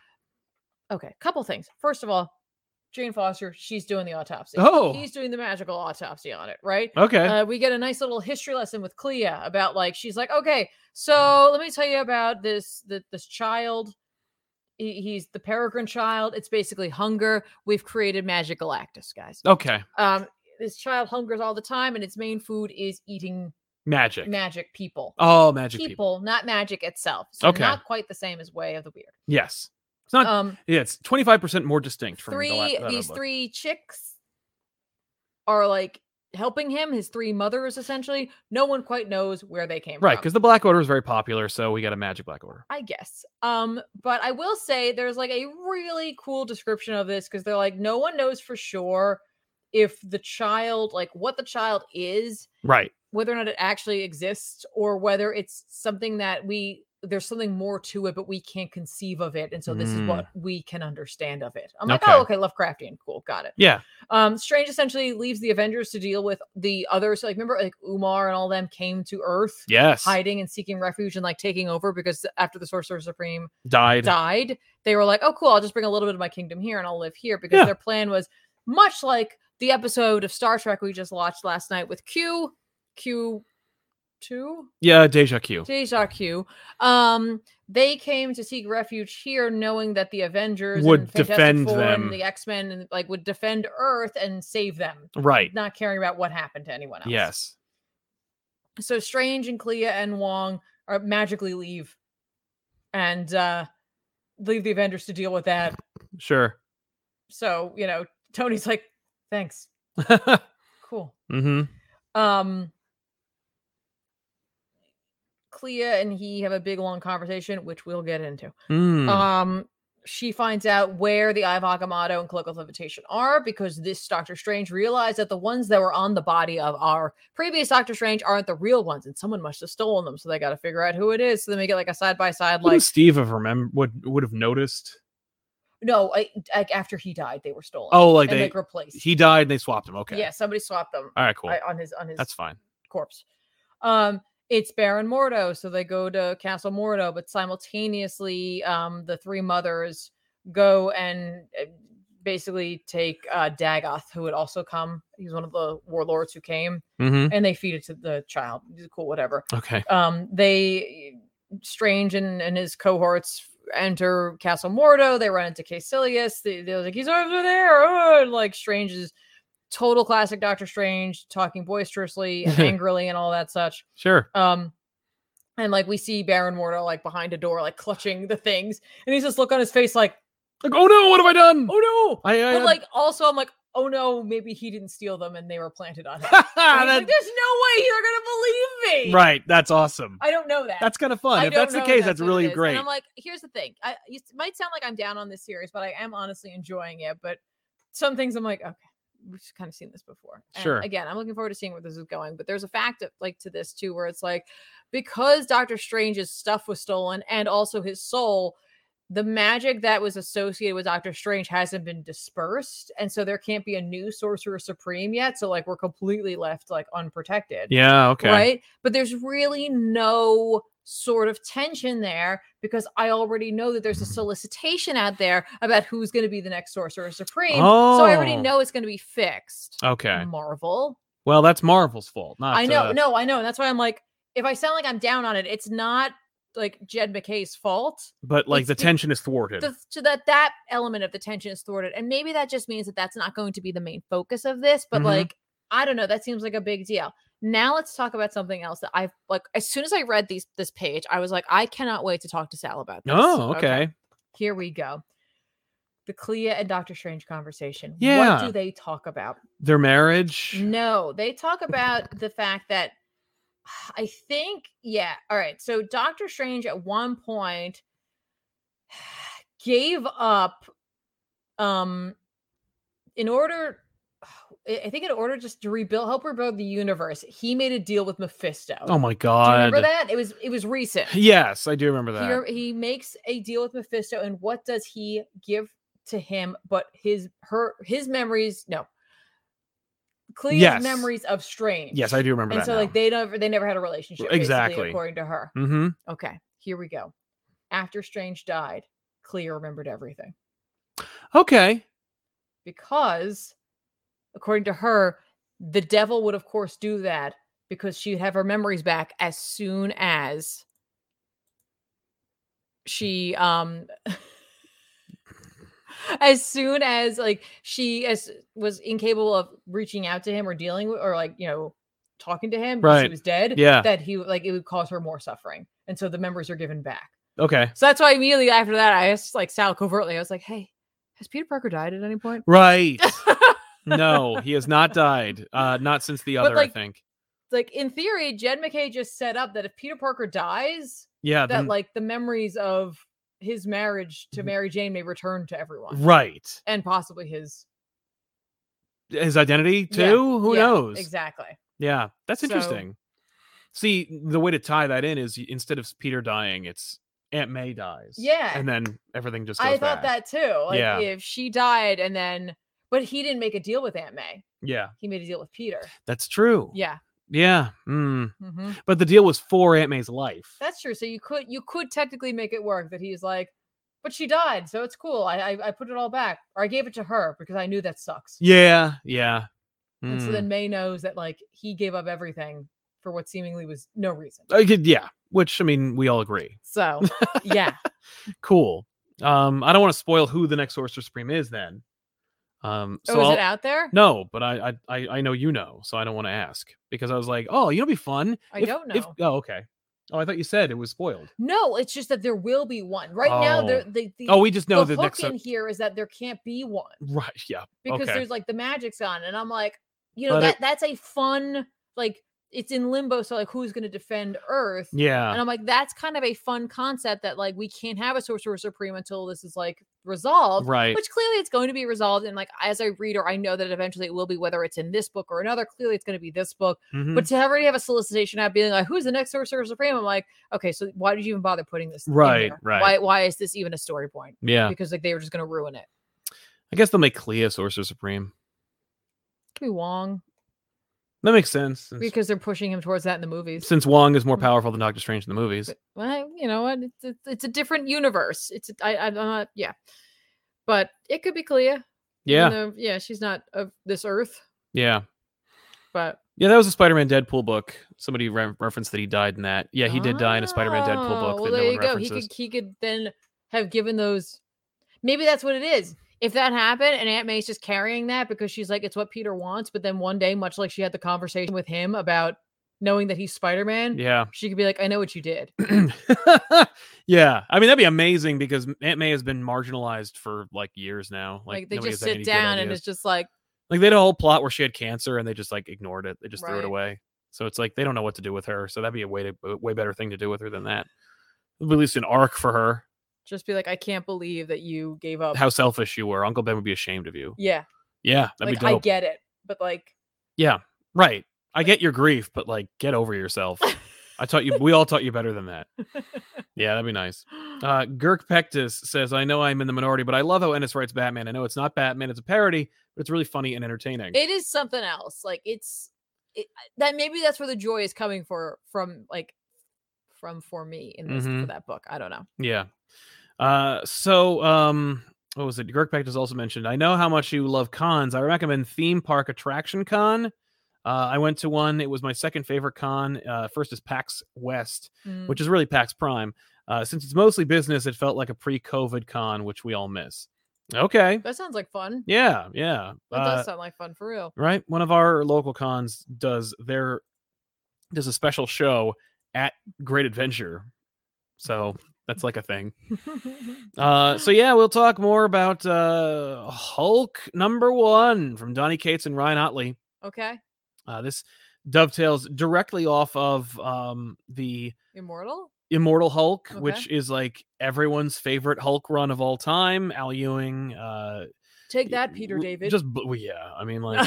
Okay, couple things. First of all, Jane Foster, she's doing the autopsy.
Oh.
he's doing the magical autopsy on it, right?
Okay.
uh, we get a nice little history lesson with Clea about like she's like, okay, so let me tell you about this th- this child. He, he's the peregrine child. It's basically hunger. We've created Magic Galactus, guys.
okay.
Um, this child hungers all the time, and its main food is eating
Magic.
magic people.
oh, magic people.
people, not magic itself. So
Okay.
not quite the same as Way of the Weird.
Yes. It's not.
Um,
yeah, it's twenty five percent more distinct from the la-
three
that other
these
book.
three chicks are like helping him his three mothers essentially no one quite knows where they came
Right,
from
because the Black Order is very popular, so we got a Magic Black Order.
I guess. Um, but I will say there's like a really cool description of this because they're like, no one knows for sure if the child, like what the child is,
Right.
whether or not it actually exists, or whether it's something that we there's something more to it, but we can't conceive of it. And so this is
Mm.
what we can understand of it. I'm like,
Okay.
oh, okay, Lovecraftian, cool, got it.
Yeah.
Um, Strange essentially leaves the Avengers to deal with the others. Like, remember, like Umar and all them came to Earth.
Yes.
Hiding and seeking refuge and like taking over because after the Sorcerer Supreme
Died.
died, they were like, "Oh, cool! I'll just bring a little bit of my kingdom here, and I'll live here." Because
Yeah.
their plan was much like the episode of Star Trek we just watched last night with Q, Q two,
Yeah. Deja Q.
Deja Q. Um, they came to seek refuge here, knowing that the Avengers
Would
and Fantastic
defend
Four
them.
and the X Men, and like would defend Earth and save them,
Right.
not caring about what happened to anyone else.
Yes.
So Strange and Clea and Wong are magically leave, and uh leave the Avengers to deal with that.
Sure.
So, you know, Tony's like, thanks.
mm-hmm.
Cool. Um Clea and he have a big long conversation, which we'll get into.
Mm.
Um she finds out where the Eye of Agamotto and Cloak of Levitation are because this Doctor Strange realized that the ones that were on the body of our previous Doctor Strange aren't the real ones, and someone must have stolen them. So they got to figure out who it is. So then we get like a side by side,
Wouldn't
like
Steve have remember would would have noticed?
no, I, like after he died, they were stolen.
Oh, like
and
they
like replaced.
he died and they swapped him. Okay.
Yeah, somebody swapped them
All right. Cool.
I- on his on his
That's fine.
corpse. Um, it's Baron Mordo, so they go to Castle Mordo, but simultaneously, um, the three mothers go and uh, basically take uh, Dagoth, who had also come. He's one of the warlords who came,
Mm-hmm.
and they feed it to the child. Cool, whatever.
Okay.
Um, they Strange and, and his cohorts enter Castle Mordo. They run into Caecilius. They, they're like, he's over there. oh," and, like Strange is total classic Doctor Strange, talking boisterously and angrily and all that such.
Sure.
Um, and like we see Baron Mordo like behind a door, like clutching the things, and he's just look on his face like,
Like, oh no, what have I done?
Oh no!
I, I
But like, also, I'm like, oh no, maybe he didn't steal them and they were planted on him.
I-
And he's
that-
like, There's no way you're gonna believe me.
right. That's awesome.
I don't know that.
That's kind of fun.
I
if
don't
that's the
know if
case, that's,
what it
really
is.
great.
And I'm like, here's the thing. I it might sound like I'm down on this series, but I am honestly enjoying it. But some things I'm like, okay, we've kind of seen this before. And
Sure.
Again, I'm looking forward to seeing where this is going. But there's a fact of, like to this too, where it's like because Doctor Strange's stuff was stolen and also his soul. The magic that was associated with Doctor Strange hasn't been dispersed, and so there can't be a new Sorcerer Supreme yet. So, like, we're completely left like unprotected
yeah. Okay.
right? But there's really no sort of tension there because I already know that
Mm-hmm.
there's a solicitation out there about who's going to be the next Sorcerer Supreme. So I already
Oh.
know it's going to be fixed.
Okay.
Marvel.
Well, that's Marvel's fault. Not.
I know.
uh,
No, I know. And that's why I'm like, if I sound like I'm down on it, it's not like Jed McKay's fault
But like
it's
the
the-
tension is thwarted.
the, so that that element of the tension is thwarted and maybe that just means that that's not going to be the main focus of this but
Mhm.
like i don't know that seems like a big deal now let's talk about something else that i've like as soon as i read these this page i was like i cannot wait to talk to sal about this
oh. Okay.
here we go the clea and dr strange conversation what
Yeah.
do they talk about
Their marriage.
no, they talk about the fact that I think, yeah. All right. So Doctor Strange at one point gave up um in order I I think in order just to rebuild help rebuild the universe, he made a deal with Mephisto.
Oh my
Do you
God.
remember that? It was it was recent.
Yes, I do remember that.
He, re- he makes a deal with Mephisto, and what does he give to him? But his her his memories, no, Clea's
Yes.
memories of Strange.
yes, I do remember
And
that.
so, like, they never they never had a relationship. basically,
Exactly.
according to her.
mm-hmm.
Okay, here we go. After Strange died, Clea remembered everything
Okay.
because, according to her, the devil would, of course, do that because she'd have her memories back as soon as she um as soon as like she as was incapable of reaching out to him or dealing with or like you know talking to him because
Right.
he was dead
Yeah.
that he like it would cause her more suffering and so the memories are given back
Okay.
so that's why immediately after that i asked like sal covertly i was like hey has peter parker died at any point
Right. no, he has not died. Uh, not since the
But,
other,
like,
I think.
like in theory jed mckay just set up that if peter parker dies
Yeah.
that
then-
like the memories of his marriage to
Mhm.
mary jane may return to everyone
right.
and possibly his
His identity too.
Yeah,
Who
Yeah,
knows?
exactly
Yeah, that's
So-
interesting. See, the way to tie that in is y- instead of Peter dying, it's Aunt May dies.
Yeah.
and then everything just. Goes
I
bad.
thought that too. Like
Yeah.
if she died and then but he didn't make a deal with Aunt May.
Yeah,
He made a deal with Peter.
that's true.
Yeah.
Yeah. Mm.
mhm.
But the deal was for Aunt May's life.
That's true. So you could you could technically make it work that he's like, but she died, so it's cool. I I, I put it all back. Or I gave it to her because I knew that sucks.
yeah. Yeah.
And so
Mm.
then May knows that like he gave up everything for what seemingly was no reason.
I could- yeah. Which I mean, we all agree.
So yeah.
Cool. Um, I don't want to spoil who the next Sorcerer Supreme is then. Um, so
oh, is
I'll-
it out there?
No, but I, I- I I know you know, so I don't want to ask because I was like, oh, you know, it'd be fun.
I
if-
don't
if-
know.
oh, okay. Oh, I thought you said it was spoiled.
No, it's just that there will be one. Right now, there
Oh.
the, the
Oh, we just know
the
the
hook
next.
in here is that there can't be one.
Right. Yeah.
because
Okay.
there's like the magic's on and i'm like you know
But
that
it-
that's a fun like it's in limbo so like who's going to defend earth
Yeah.
and i'm like that's kind of a fun concept that like we can't have a sorcerer supreme until this is like resolved
Right.
which clearly it's going to be resolved and like as a reader i know that eventually it will be whether it's in this book or another clearly it's going to be this book
mhm.
but to already have a solicitation out being like who's the next sorcerer supreme i'm like okay so why did you even bother putting this in
Right,
there?
right.
why why is this even a story point
yeah.
because like they were just going to ruin it
I guess they'll make Clea Sorcerer Supreme.
could be wong
That makes sense. Since,
because they're pushing him towards that in the movies.
since Wong is more
Mm.
powerful than Doctor Strange in the movies.
But, well, you know what? It's, it's, it's a different universe. It's I I- I'm not yeah, but it could be Clea. even
Yeah.
though, yeah, she's not of this earth,
Yeah.
but
Yeah. That was a Spider Man Deadpool book. Somebody re- referenced that he died in that. Yeah. He did die in a Spider Man Deadpool
Oh,
book
Well,
that
there
no
you
one
go. He
references.
could he could then have given those. Maybe that's what it is. If that happened and Aunt May's just carrying that because she's like, it's what Peter wants. But then one day, much like she had the conversation with him about knowing that he's Spider Man,
Yeah.
she could be like, I know what you did.
yeah. I mean, that'd be amazing because Aunt May has been marginalized for like years now.
Like,
Like,
they
nobody
just
has had any
sit
good
down and
ideas.
it's just like,
like they had a whole plot where she had cancer and they just like ignored it. They just threw it
Right.
away. So it's like they don't know what to do with her. So that'd be a way to a way better thing to do with her than that. At least an arc for her.
just be like, I can't believe that you gave up.
How selfish you were. Uncle Ben would be ashamed of you.
yeah,
Yeah, that'd
like
be
I
dope.
get it, but like,
yeah, right. I get your grief, but like, get over yourself. I taught you. We all taught you better than that. Yeah, that'd be nice. Uh, Girk Pectus says, "I know I'm in the minority, but I love how Ennis writes Batman. I know it's not Batman; it's a parody, but it's really funny and entertaining."
it is something else. Like it's it, that maybe that's where the joy is coming for from like from for me in this
Mhm.
for that book. I don't know.
Yeah. Uh, so, um, what was it? Greg Peck has also mentioned, I know how much you love cons. I recommend Theme Park Attraction Con. Uh, I went to one. It was my second favorite con. Uh, first is PAX West,
Mm,
which is really PAX Prime. Uh, since it's mostly business, it felt like a pre-COVID con, which we all miss. Okay.
Mm, that sounds like fun.
Yeah. Yeah.
That
Uh,
does sound like fun for real.
right. One of our local cons does their does a special show at Great Adventure. So that's like a thing. Uh, so yeah, we'll talk more about uh, Hulk number one from Donnie Cates and Ryan Otley.
okay,
Uh, this dovetails directly off of um, the
immortal.
Immortal Hulk,
Okay.
which is like everyone's favorite Hulk run of all time. Al Ewing, uh,
Take that, Peter
r-
David.
Just b- well, yeah, I mean like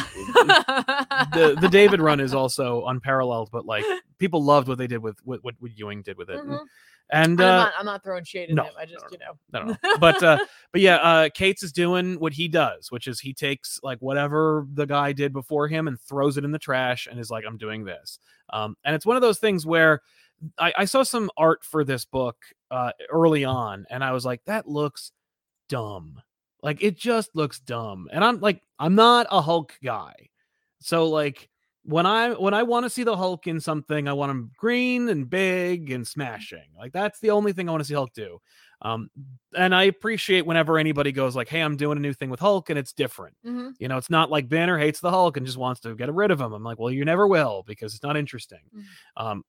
the the David run is also unparalleled, but like people loved what they did with what what, what Ewing did with it,
Mhm.
and
And I'm,
uh,
not, I'm not throwing shade at
no,
him. I
no,
just,
no,
you know,
I don't know. But uh but yeah, uh Cates is doing what he does, which is he takes like whatever the guy did before him and throws it in the trash and is like, I'm doing this. Um and it's one of those things where I, I saw some art for this book uh early on and I was like, that looks dumb. Like it just looks dumb. And I'm like, I'm not a Hulk guy. So like when I when I want to see the Hulk in something, I want him green and big and smashing. Like that's the only thing I want to see Hulk do. Um, and I appreciate whenever anybody goes like, "Hey, I'm doing a new thing with Hulk, and it's different."
Mhm,
You know, it's not like Banner hates the Hulk and just wants to get rid of him. I'm like, "Well, you never will because it's not interesting."
Mhm.
Um,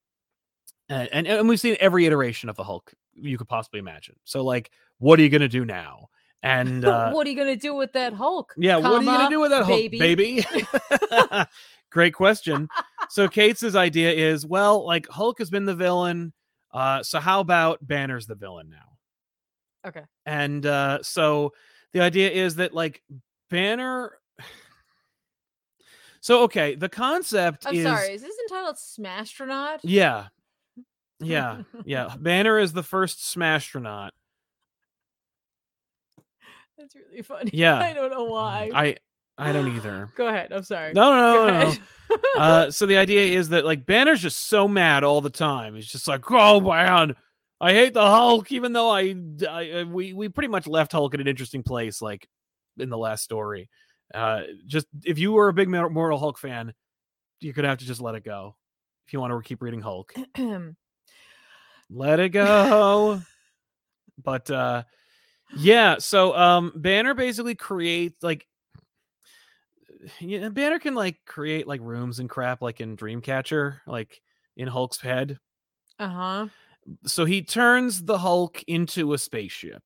and, and and we've seen every iteration of the Hulk you could possibly imagine. So like, what are you gonna do now? And uh,
what are you gonna do with that Hulk?
yeah, what are you gonna
comma,
do with that Hulk,
baby?
baby? Great question. So Kate's idea is, well, like Hulk has been the villain, uh, so how about Banner's the villain now?
Okay.
And uh, so the idea is that like Banner. So okay, the concept
I'm
is
sorry. Is this entitled Smastronaut?
yeah, yeah, yeah. Banner is the first Smashtronaut.
That's really funny.
Yeah.
I don't know why.
I I don't either.
Go ahead. I'm sorry.
No, no, no,
Go
no. no.
ahead.
uh, so the idea is that like Banner's just so mad all the time. He's just like, oh man, I hate the Hulk. Even though I, I I- we we pretty much left Hulk in an interesting place, like in the last story. Uh, just if you were a big Mor- Mortal Hulk fan, you're gonna have to just let it go if you want to keep reading Hulk.
Ahem.
Let it go. but uh, yeah, so um, Banner basically creates like. Yeah, Banner can like create like rooms and crap like in Dreamcatcher, like in Hulk's head
uh-huh.
so he turns the Hulk into a spaceship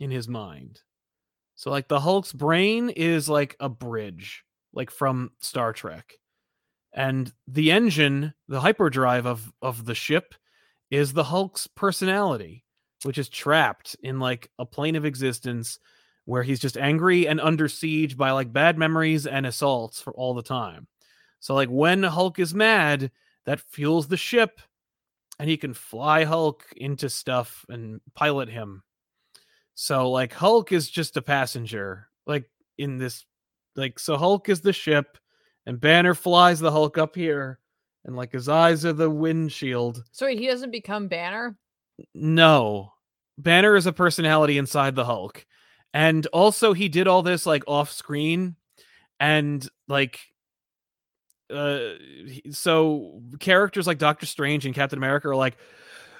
in his mind. So like the Hulk's brain is like a bridge, like from Star Trek. And the engine, the hyperdrive of of the ship is the Hulk's personality, which is trapped in like a plane of existence where he's just angry and under siege by like bad memories and assaults for all the time. So like when Hulk is mad, that fuels the ship and he can fly Hulk into stuff and pilot him. So like Hulk is just a passenger, like in this, like so Hulk is the ship, and Banner flies the Hulk up here, and like his eyes are the windshield.
So wait, he doesn't become Banner?
No, Banner is a personality inside the Hulk, and also he did all this like off screen, and like. Uh, he- so characters like Doctor Strange and Captain America are like,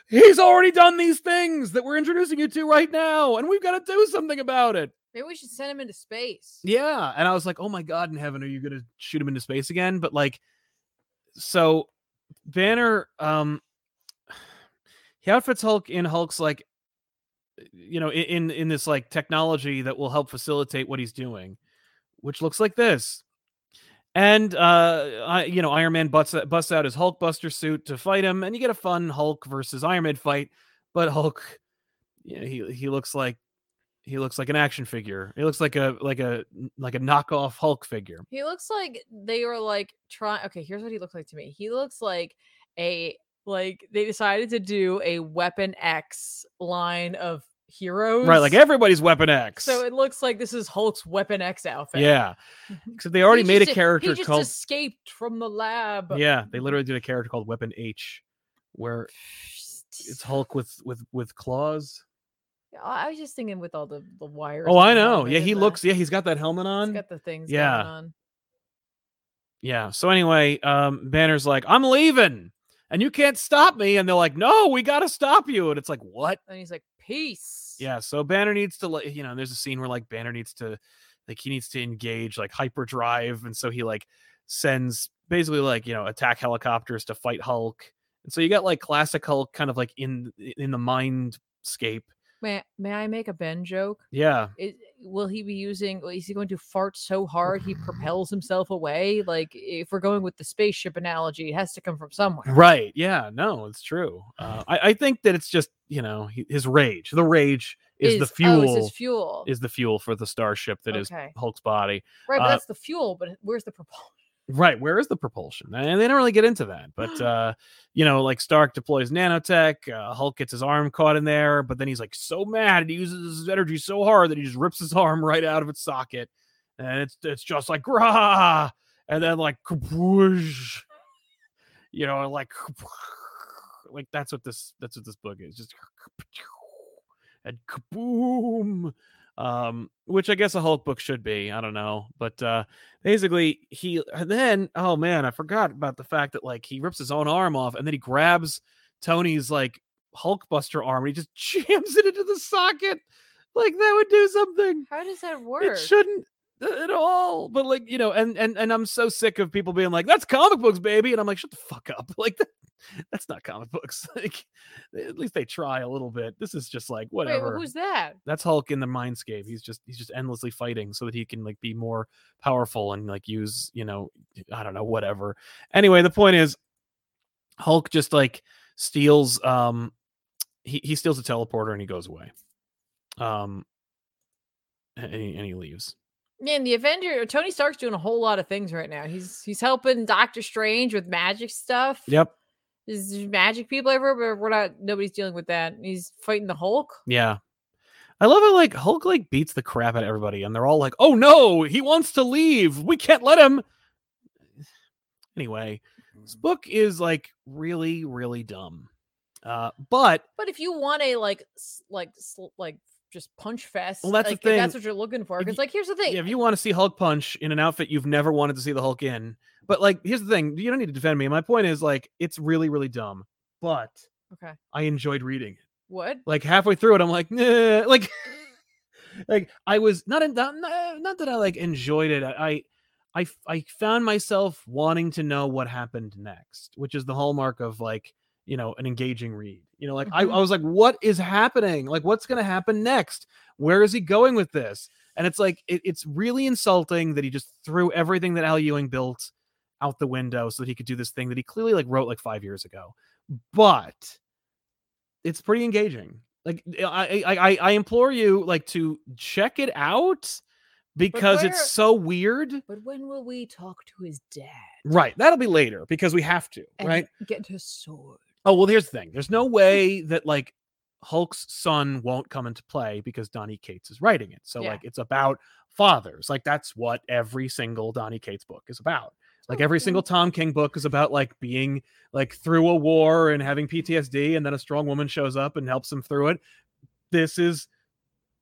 he's already done these things that we're introducing you to right now, and we've got to do something about it.
Maybe we should send him into space.
Yeah. And I was like, oh my God, in heaven, are you going to shoot him into space again? But like, so Banner um he outfits Hulk in Hulk's like you know i- in in this like technology that will help facilitate what he's doing, which looks like this. And uh I, you know Iron Man busts busts out his Hulk Buster suit to fight him and you get a fun Hulk versus Iron Man fight, but Hulk you know, he he looks like he looks like an action figure. He looks like a like a like a knockoff Hulk figure.
He looks like they were like trying. Okay, here's what he looks like to me. He looks like a like they decided to do a Weapon X line of heroes,
Right, like everybody's Weapon X.
So it looks like this is Hulk's Weapon X outfit.
Yeah. Except they already
He
made a
just-
character
He just
called
escaped from the lab.
Yeah, they literally did a character called Weapon H where it's Hulk with with with claws.
I I was just thinking with all the the wires.
Oh, I
and the
know.
helmet
Yeah, he
and the-
looks yeah, he's got that helmet
He's
on.
got the things.
Yeah.
Going on.
Yeah. So anyway, um Banner's like, "I'm leaving." And you can't stop me and they're like, "No, we got to stop you." And it's like, "What?"
And he's like, peace.
Yeah, so Banner needs to like you know, there's a scene where like Banner needs to like he needs to engage like hyperdrive, and so he like sends basically like you know attack helicopters to fight Hulk, and so you got like classic Hulk kind of like in in the mindscape.
May may I make a Ben joke?
Yeah,
Is, will he be using? Is he going to fart so hard he propels himself away? Like if we're going with the spaceship analogy, it has to come from somewhere.
right. Yeah, no, it's true. Uh, I I think that it's just you know he- his rage. The rage is, the
oh,
fuel.
it's his fuel.
is the fuel for the starship that is
Okay.
Hulk's body.
right, but
uh,
that's the fuel. But where's the propulsion?
Right. Where is the propulsion? And they don't really get into that. But uh, you know, like Stark deploys nanotech, uh, Hulk gets his arm caught in there, but then he's like so mad and he uses his energy so hard that he just rips his arm right out of its socket. And it's it's just like grah and then like kaboosh, you know, like like that's what this that's what this book is. Just and kaboom. Um, which I guess a Hulk book should be. I don't know. But uh basically he and then oh man i forgot about the fact that like he rips his own arm off and then he grabs tony's like hulkbuster arm and he just jams it into the socket like that would do something
How does that work?
it shouldn't uh, at all but like you know and and and i'm so sick of people being like that's comic books baby and i'm like shut the fuck up like that, that's not comic books like at least they try a little bit this is just like
Wait,
whatever
who's that?
that's Hulk in the mindscape. He's just he's just endlessly fighting so that he can like be more powerful and like use, you know, I don't know, whatever. Anyway, the point is Hulk just like steals um he, he steals a teleporter and he goes away. Um and he, and he leaves.
Man, the Avenger Tony Stark's doing a whole lot of things right now. He's he's helping Doctor Strange with magic stuff.
Yep.
There's there's magic people everywhere, but we're not nobody's dealing with that. He's fighting the Hulk.
Yeah. I love it like Hulk like beats the crap out of everybody and they're all like, "Oh no, he wants to leave. We can't let him." Anyway, this book is like really really dumb. Uh but
But if you want a like s- like sl- like just punch fest,
Well, that's the
like, if that's
thing.
what you're looking for.
If
Because
you-
like here's the thing.
yeah, if you want to see Hulk punch in an outfit you've never wanted to see the Hulk in, but like here's the thing, you don't need to defend me. My point is like it's really really dumb, but
okay.
I enjoyed reading it.
What?
like halfway through it i'm like "Nah," like like i was not in not, not not that i like enjoyed it I, I f- i found myself wanting to know what happened next which is the hallmark of like you know an engaging read you know like I, I
Mhm.
was like what is happening like what's gonna happen next where is he going with this and it's like it, it's really insulting that he just threw everything that al ewing built out the window so that he could do this thing that he clearly like wrote like five years ago but it's pretty engaging. Like eh, I I I- I implore you like to check it out because
where-
it's so weird.
But when will we talk to his dad?
Right, that'll be later because we have to,
and
right?
Get his sword.
Oh well, here's the thing. There's no way that like Hulk's son won't come into play because Donnie Cates is writing it. So
Yeah.
like it's about fathers. Like that's what every single Donnie Cates book is about. Like
Oh,
every
okay.
single Tom King book is about like being like through a war and having PTSD and then a strong woman shows up and helps him through it. This is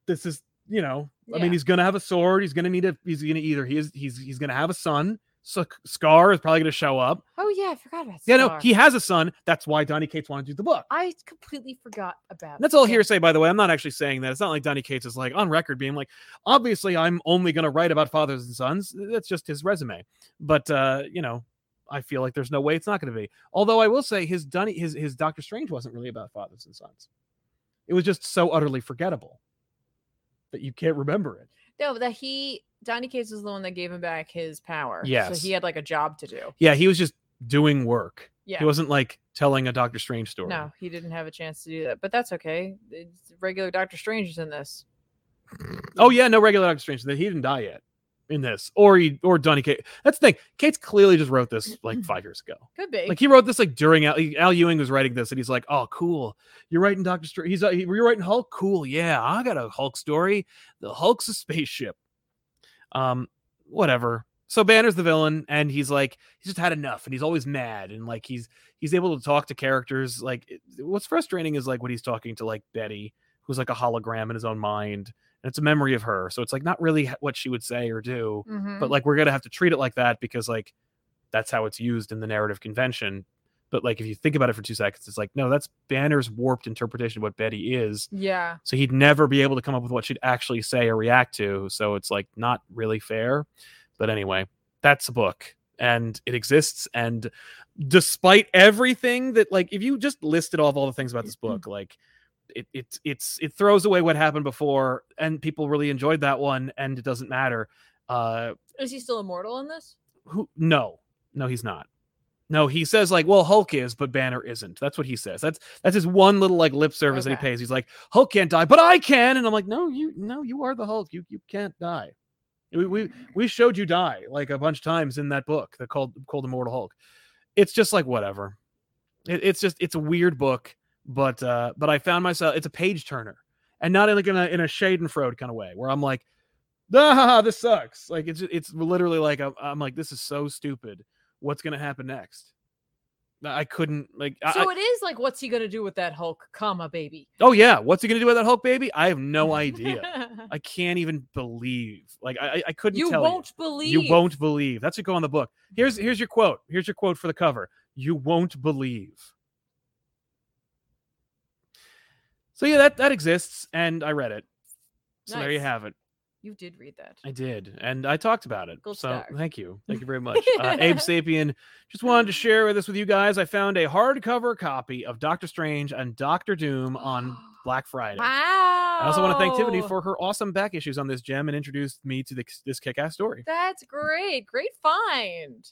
this is, you know, I
Yeah.
mean he's going to have a sword, he's going to need a he's going to either he is he's he's going to have a son. So Scar is probably going to show up.
Oh yeah, I forgot about.
Yeah, no,
Scar.
he has a son. That's why Donnie Cates wanted to do the book.
I completely forgot about.
And that's all
Scar.
hearsay, by the way. I'm not actually saying that. It's not like Donnie Cates is like on record being like, obviously, I'm only going to write about fathers and sons. That's just his resume. But uh, you know, I feel like there's no way it's not going to be. Although I will say his Dunny, his his Doctor Strange wasn't really about fathers and sons. It was just so utterly forgettable that you can't remember it.
No, that he Donny Cates is the one that gave him back his power.
Yes.
So he had like a job to do.
Yeah, he was just doing work.
Yeah.
He wasn't like telling a Doctor Strange story.
No, he didn't have a chance to do that. But that's okay. It's regular Doctor Strange is in this.
Oh yeah, no regular Doctor Strange. He didn't die yet in this, or he or Donny Kate. That's the thing. Cates clearly just wrote this like five years ago.
Could be.
Like he wrote this like during Al, Al Ewing was writing this, and he's like, "Oh, cool, you're writing Doctor Strange. He's uh, he- you're writing Hulk. Cool, yeah, I got a Hulk story. The Hulk's a spaceship. Um, whatever. So Banner's the villain, and he's like, he's just had enough, and he's always mad, and like he's he's able to talk to characters. Like, it- what's frustrating is like when he's talking to like Betty, who's like a hologram in his own mind, and it's a memory of her. So it's like not really what she would say or do
Mhm.
but like we're gonna have to treat it like that because like that's how it's used in the narrative convention but like if you think about it for two seconds it's like no that's banner's warped interpretation of what betty is
yeah.
so he'd never be able to come up with what she'd actually say or react to so it's like not really fair but anyway that's a book and it exists and despite everything that like if you just listed off all the things about this book like it, it it's it throws away what happened before and people really enjoyed that one and it doesn't matter uh
Is he still immortal in this?
who no no he's not no he says like well hulk is but banner isn't that's what he says that's that's his one little like lip service that he
Okay.
pays he's like hulk can't die but i can and i'm like no you no you are the hulk you you can't die we we, we showed you die like a bunch of times in that book that called called immortal hulk it's just like whatever it, it's just it's a weird book but uh but i found myself it's a page turner and not in like in a in a schadenfreude kind of way where i'm like ah, this sucks. Like it's it's literally like I'm, I'm like this is so stupid. What's gonna happen next? I I couldn't like. I,
so
I-
it is like, what's he gonna do with that Hulk, comma baby?
oh yeah, what's he gonna do with that Hulk baby? I have no idea. I can't even believe. Like I I- I couldn't.
you
tell
won't believe.
You won't believe. That's what go on the book. Here's here's your quote. Here's your quote for the cover. You won't believe. So yeah, that that exists, and I read it. So there you
Nice.
have it.
You did read that.
I did, and I talked about it.
Gold
so
star.
thank you, thank you very much, uh, Abe Sapien. Just wanted to share with this with you guys. I found a hardcover copy of Doctor Strange and Doctor Doom on Black Friday.
Wow.
I also want to thank Tiffany for her awesome back issues on this gem and introduced me to the, this kick-ass story.
That's great. Great find.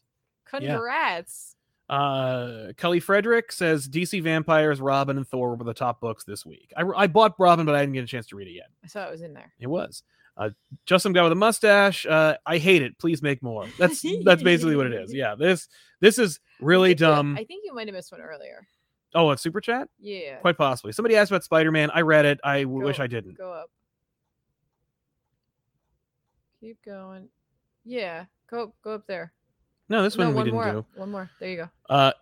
Congrats.
Uh, Kelly Frederick says DC vampires, Robin and Thor were the top books this week. I, I bought Robin, but I didn't get a chance to read it yet.
I saw it was in there.
It was. Uh, just some guy with a mustache. Uh, I hate it. Please make more. That's that's basically what it is. Yeah, this this is
I
really
think you-
dumb.
I think you might have missed one earlier.
Oh, a super chat?
Yeah.
Quite possibly. Somebody asked about Spider Man. I read it. I w- wish
Go-
I didn't.
Go up. Keep going. Yeah. Go up, go up there.
No, this
No,
one we
one
didn't
more.
do.
up, One more. There you go.
Uh,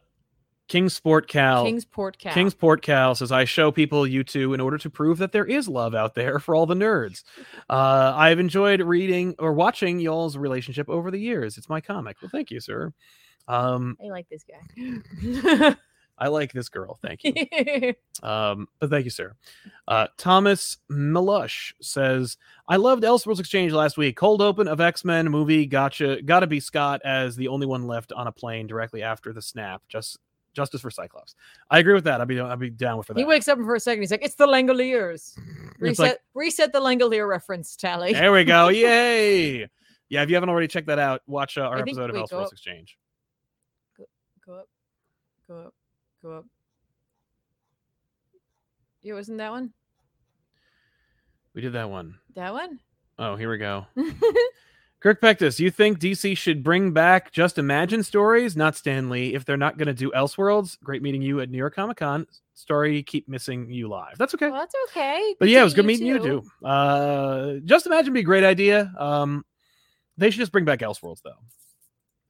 Kingsport Cal.
Kingsport Cat.
Kingsport Cal says, I show people you two in order to prove that there is love out there for all the nerds. Uh, I've enjoyed reading or watching y'all's relationship over the years. It's my comic. Well, thank you, sir. Um,
I like this guy.
I like this girl. Thank you. Um, but thank you, sir. Uh, Thomas Milush says, I loved Elseworlds Exchange last week. Cold open of X Men movie. Gotcha. Gotta be Scott as the only one left on a plane directly after the snap. Just justice for Cyclops. I agree with that. I'd be I'd be down for that.
he wakes up and for a second. He's like, "It's the Langoliers."
It's
Reset.
like,
reset the Langolier reference tally.
there we go. Yay. Yeah, if you haven't already checked that out, watch uh, our
I think-
episode of
wait, go
Elseworlds
up.
Exchange.
Go up. Go up. Go up. It wasn't that one.
We did that one.
That one.
Oh, here we go. Kirk Pectus, you think DC should bring back Just Imagine stories, not Stan Lee, if they're not going to do Elseworlds? Great meeting you at New York Comic Con. Story, keep missing you live. That's okay.
Well, that's okay.
but yeah, it was
to
good meeting you
too.
too. Uh, Just Imagine would be a great idea. Um, they should just bring back Elseworlds though,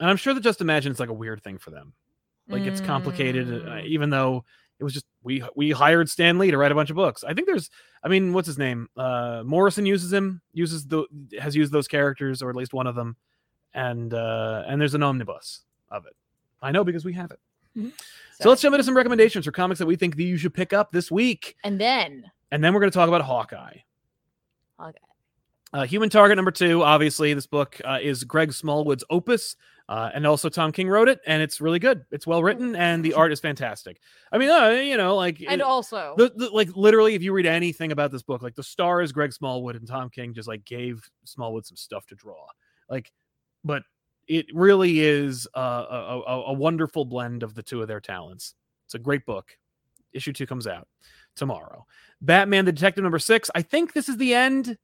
and I'm sure that Just Imagine is like a weird thing for them. Like it's complicated, uh,
Mm.
even though it was just we we hired Stan Lee to write a bunch of books. I think there's, I mean, what's his name? Uh, Morrison uses him, uses the has used those characters or at least one of them, and uh, and there's an omnibus of it. I know because we have it. So let's jump into some recommendations for comics that we think that you should pick up this week,
And then
and then we're going to talk about Hawkeye.
Hawkeye.
Uh, Human Target number two. Obviously, this book uh, is Greg Smallwood's opus. Uh, and also, Tom King wrote it, and it's really good. It's well written, and the art is fantastic. I mean, uh, you know, like it-
And also,
the, the- like literally, if you read anything about this book, like the star is Greg Smallwood, and Tom King just like gave Smallwood some stuff to draw. Like, but it really is uh, a, a, a wonderful blend of the two of their talents. It's a great book. Issue two comes out tomorrow. Batman the Detective number six. I think this is the end.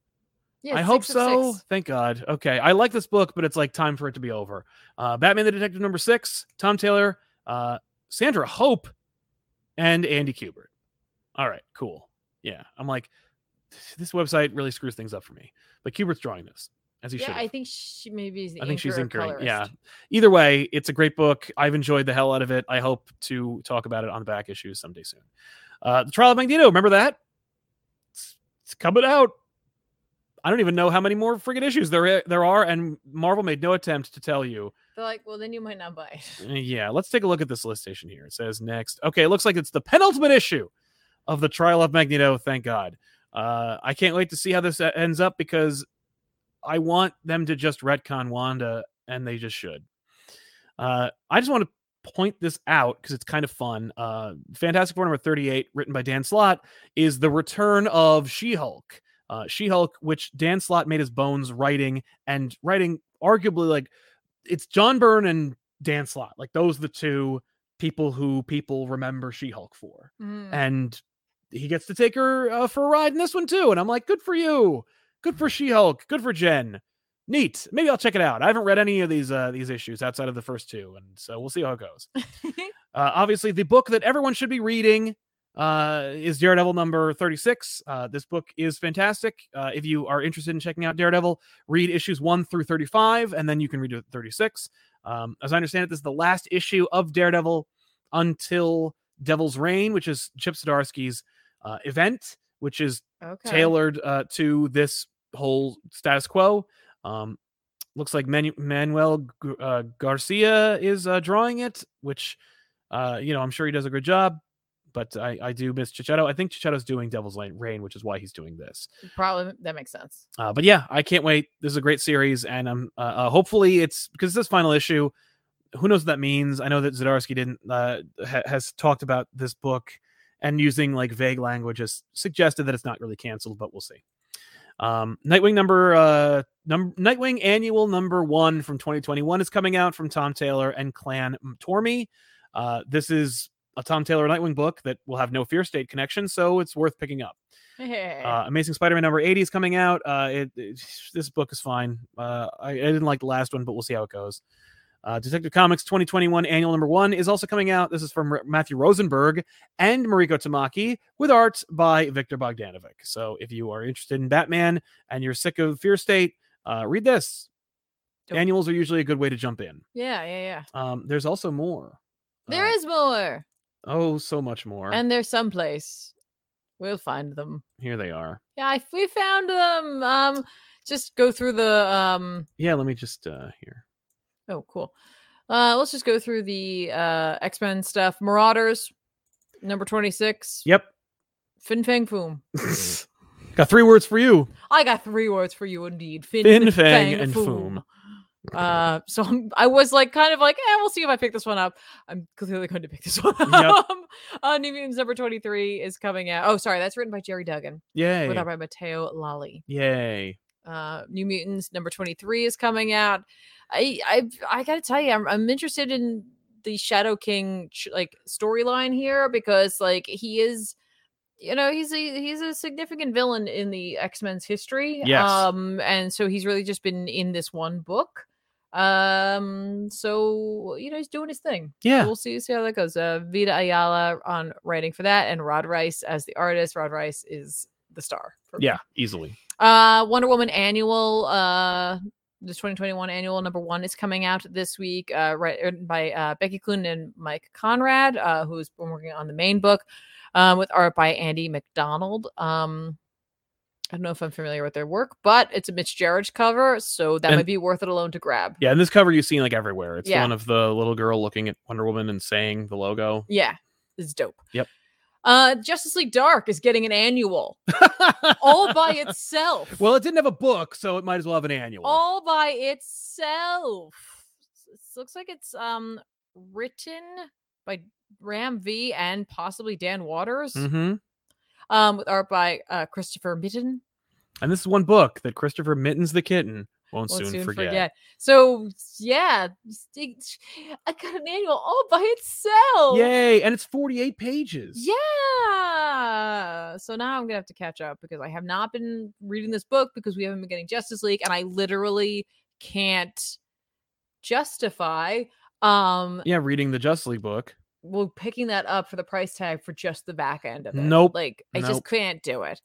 yeah,
I
six
hope
of
so.
six.
Thank God. Okay. I like this book, but it's like time for it to be over. Uh, Batman the Detective number six, Tom Taylor, uh, Sandra Hope, and Andy Kubert. All right, cool. Yeah. I'm like, this website really screws things up for me. But Kubert's drawing this, as he
Yeah,
should.
I think she maybe is the
I think she's
inker or
inkering. Yeah.
colorist.
Either way, it's a great book. I've enjoyed the hell out of it. I hope to talk about it on the back issue someday soon. Uh, the Trial of Magneto. Remember that? It's, it's coming out. I don't even know how many more friggin' issues there i- there are, and Marvel made no attempt to tell you.
They're like, well, then you might not buy it.
Uh, Yeah, let's take a look at this listation here. It says next. Okay, it looks like it's the penultimate issue of the Trial of Magneto. Thank God. Uh, I can't wait to see how this uh, ends up because I want them to just retcon Wanda, and they just should. Uh, I just want to point this out because it's kind of fun. Uh, Fantastic Four number 38, written by Dan Slott, is the return of She Hulk. Uh, she Hulk, which Dan Slott made his bones writing and writing, arguably, like it's John Byrne and Dan Slott. Like those are the two people who people remember She Hulk for
Mm.
and he gets to take her uh, for a ride in this one too. And I'm like, good for you, good for She Hulk, good for Jen. Neat. Maybe I'll check it out. I haven't read any of these uh, these issues outside of the first two, and so we'll see how it goes. Uh, obviously, the book that everyone should be reading uh, is Daredevil number 36. Uh, this book is fantastic. Uh, if you are interested in checking out Daredevil, read issues 1 through 35, and then you can read it 36. Um, as I understand it, this is the last issue of Daredevil until Devil's Reign, which is Chip Zdarsky's uh, event, which is
okay.
tailored uh, to this whole status quo. Um, looks like Manu- Manuel G- uh, Garcia is uh, drawing it, which uh, you know I'm sure he does a good job. But I, I do miss Chichetto. I think Chichetto's doing Devil's Lane Rain, which is why he's doing this.
Probably that makes sense.
Uh, but yeah, I can't wait. This is a great series, and I'm uh, uh, hopefully it's because this final issue. Who knows what that means? I know that Zdarsky didn't uh, ha- has talked about this book and using like vague language has suggested that it's not really canceled, but we'll see. Um, Nightwing number uh, num- Nightwing Annual number one from 2021 is coming out from Tom Taylor and Clan Tormy. Uh, this is a Tom Taylor Nightwing book that will have no Fear State connection, so it's worth picking up. Uh, Amazing Spider-Man number 80 is coming out. Uh, it, it- this book is fine. Uh, I, I didn't like the last one, but we'll see how it goes. Uh, Detective Comics 2021 Annual Number One is also coming out. This is from R- Matthew Rosenberg and Mariko Tamaki, with art by Victor Bogdanovic. So, if you are interested in Batman and you're sick of Fear State, uh, read this.
Dope.
Annuals are usually a good way to jump in.
yeah, yeah, yeah.
Um, there's also more.
There
Uh,
is more,
oh, so much more.
and there's someplace. We'll find them.
here they are.
Yeah, I, we found them. Um, just go through the um.
Yeah, let me just uh, here.
Oh, cool. Uh, let's just go through the uh X Men stuff. Marauders, number twenty six.
Yep,
Fin Fang Foom.
got three words for you.
I got three words for you indeed. Fin,
Fin, fang, and foom.
Uh, so I'm, I was like, kind of like, eh, we'll see if I pick this one up. I'm clearly going to pick this one
Yep.
up. uh, New Mutants number 23 is coming out. Oh, sorry, that's written by Jerry Duggan,
Yay.
with art by Matteo Lally.
Yay.
Uh, New Mutants number 23 is coming out. I I I gotta tell you, I'm I'm interested in the Shadow King ch- like storyline here because like he is. You know he's a he's a significant villain in the X Men's history.
Yes.
Um, and so he's really just been in this one book. Um, so you know he's doing his thing.
Yeah.
We'll see see how that goes. Uh, Vita Ayala on writing for that, and Rod Rice as the artist. Rod Rice is the star. for me.
Yeah, easily.
Uh, Wonder Woman annual, uh, the 2021 annual number one is coming out this week, uh, right written by uh, Becky Cloon and Mike Conrad, uh, who's been working on the main book, um, with art by Andy McDonald. Um, I don't know if I'm familiar with their work, but it's a Mitch Gerrich cover, so that
And-
might be worth it alone to grab.
Yeah, and this cover you've seen like everywhere. It's
Yeah.
one of the little girl looking at Wonder Woman and saying the logo.
Yeah, it's dope.
Yep.
Uh, Justice League Dark is getting an annual all by itself.
well, it didn't have a book, so it might as well have an annual.
all by itself. This looks like it's um written by Ram V and possibly Dan Waters.
Mm-hmm.
Um, with art by uh, Christopher Mitten.
And this is one book that Christopher Mittens the Kitten won't,
Won't
soon, forget.
So yeah, it's- I got an annual all by itself.
Yay! And it's 48 pages.
Yeah. So now I'm gonna have to catch up because I have not been reading this book because we haven't been getting Justice League, and I literally can't justify um
Yeah, reading the Justice League book.
well picking that up for the price tag for just the back end of it.
Nope.
Like I
Nope.
just can't do it.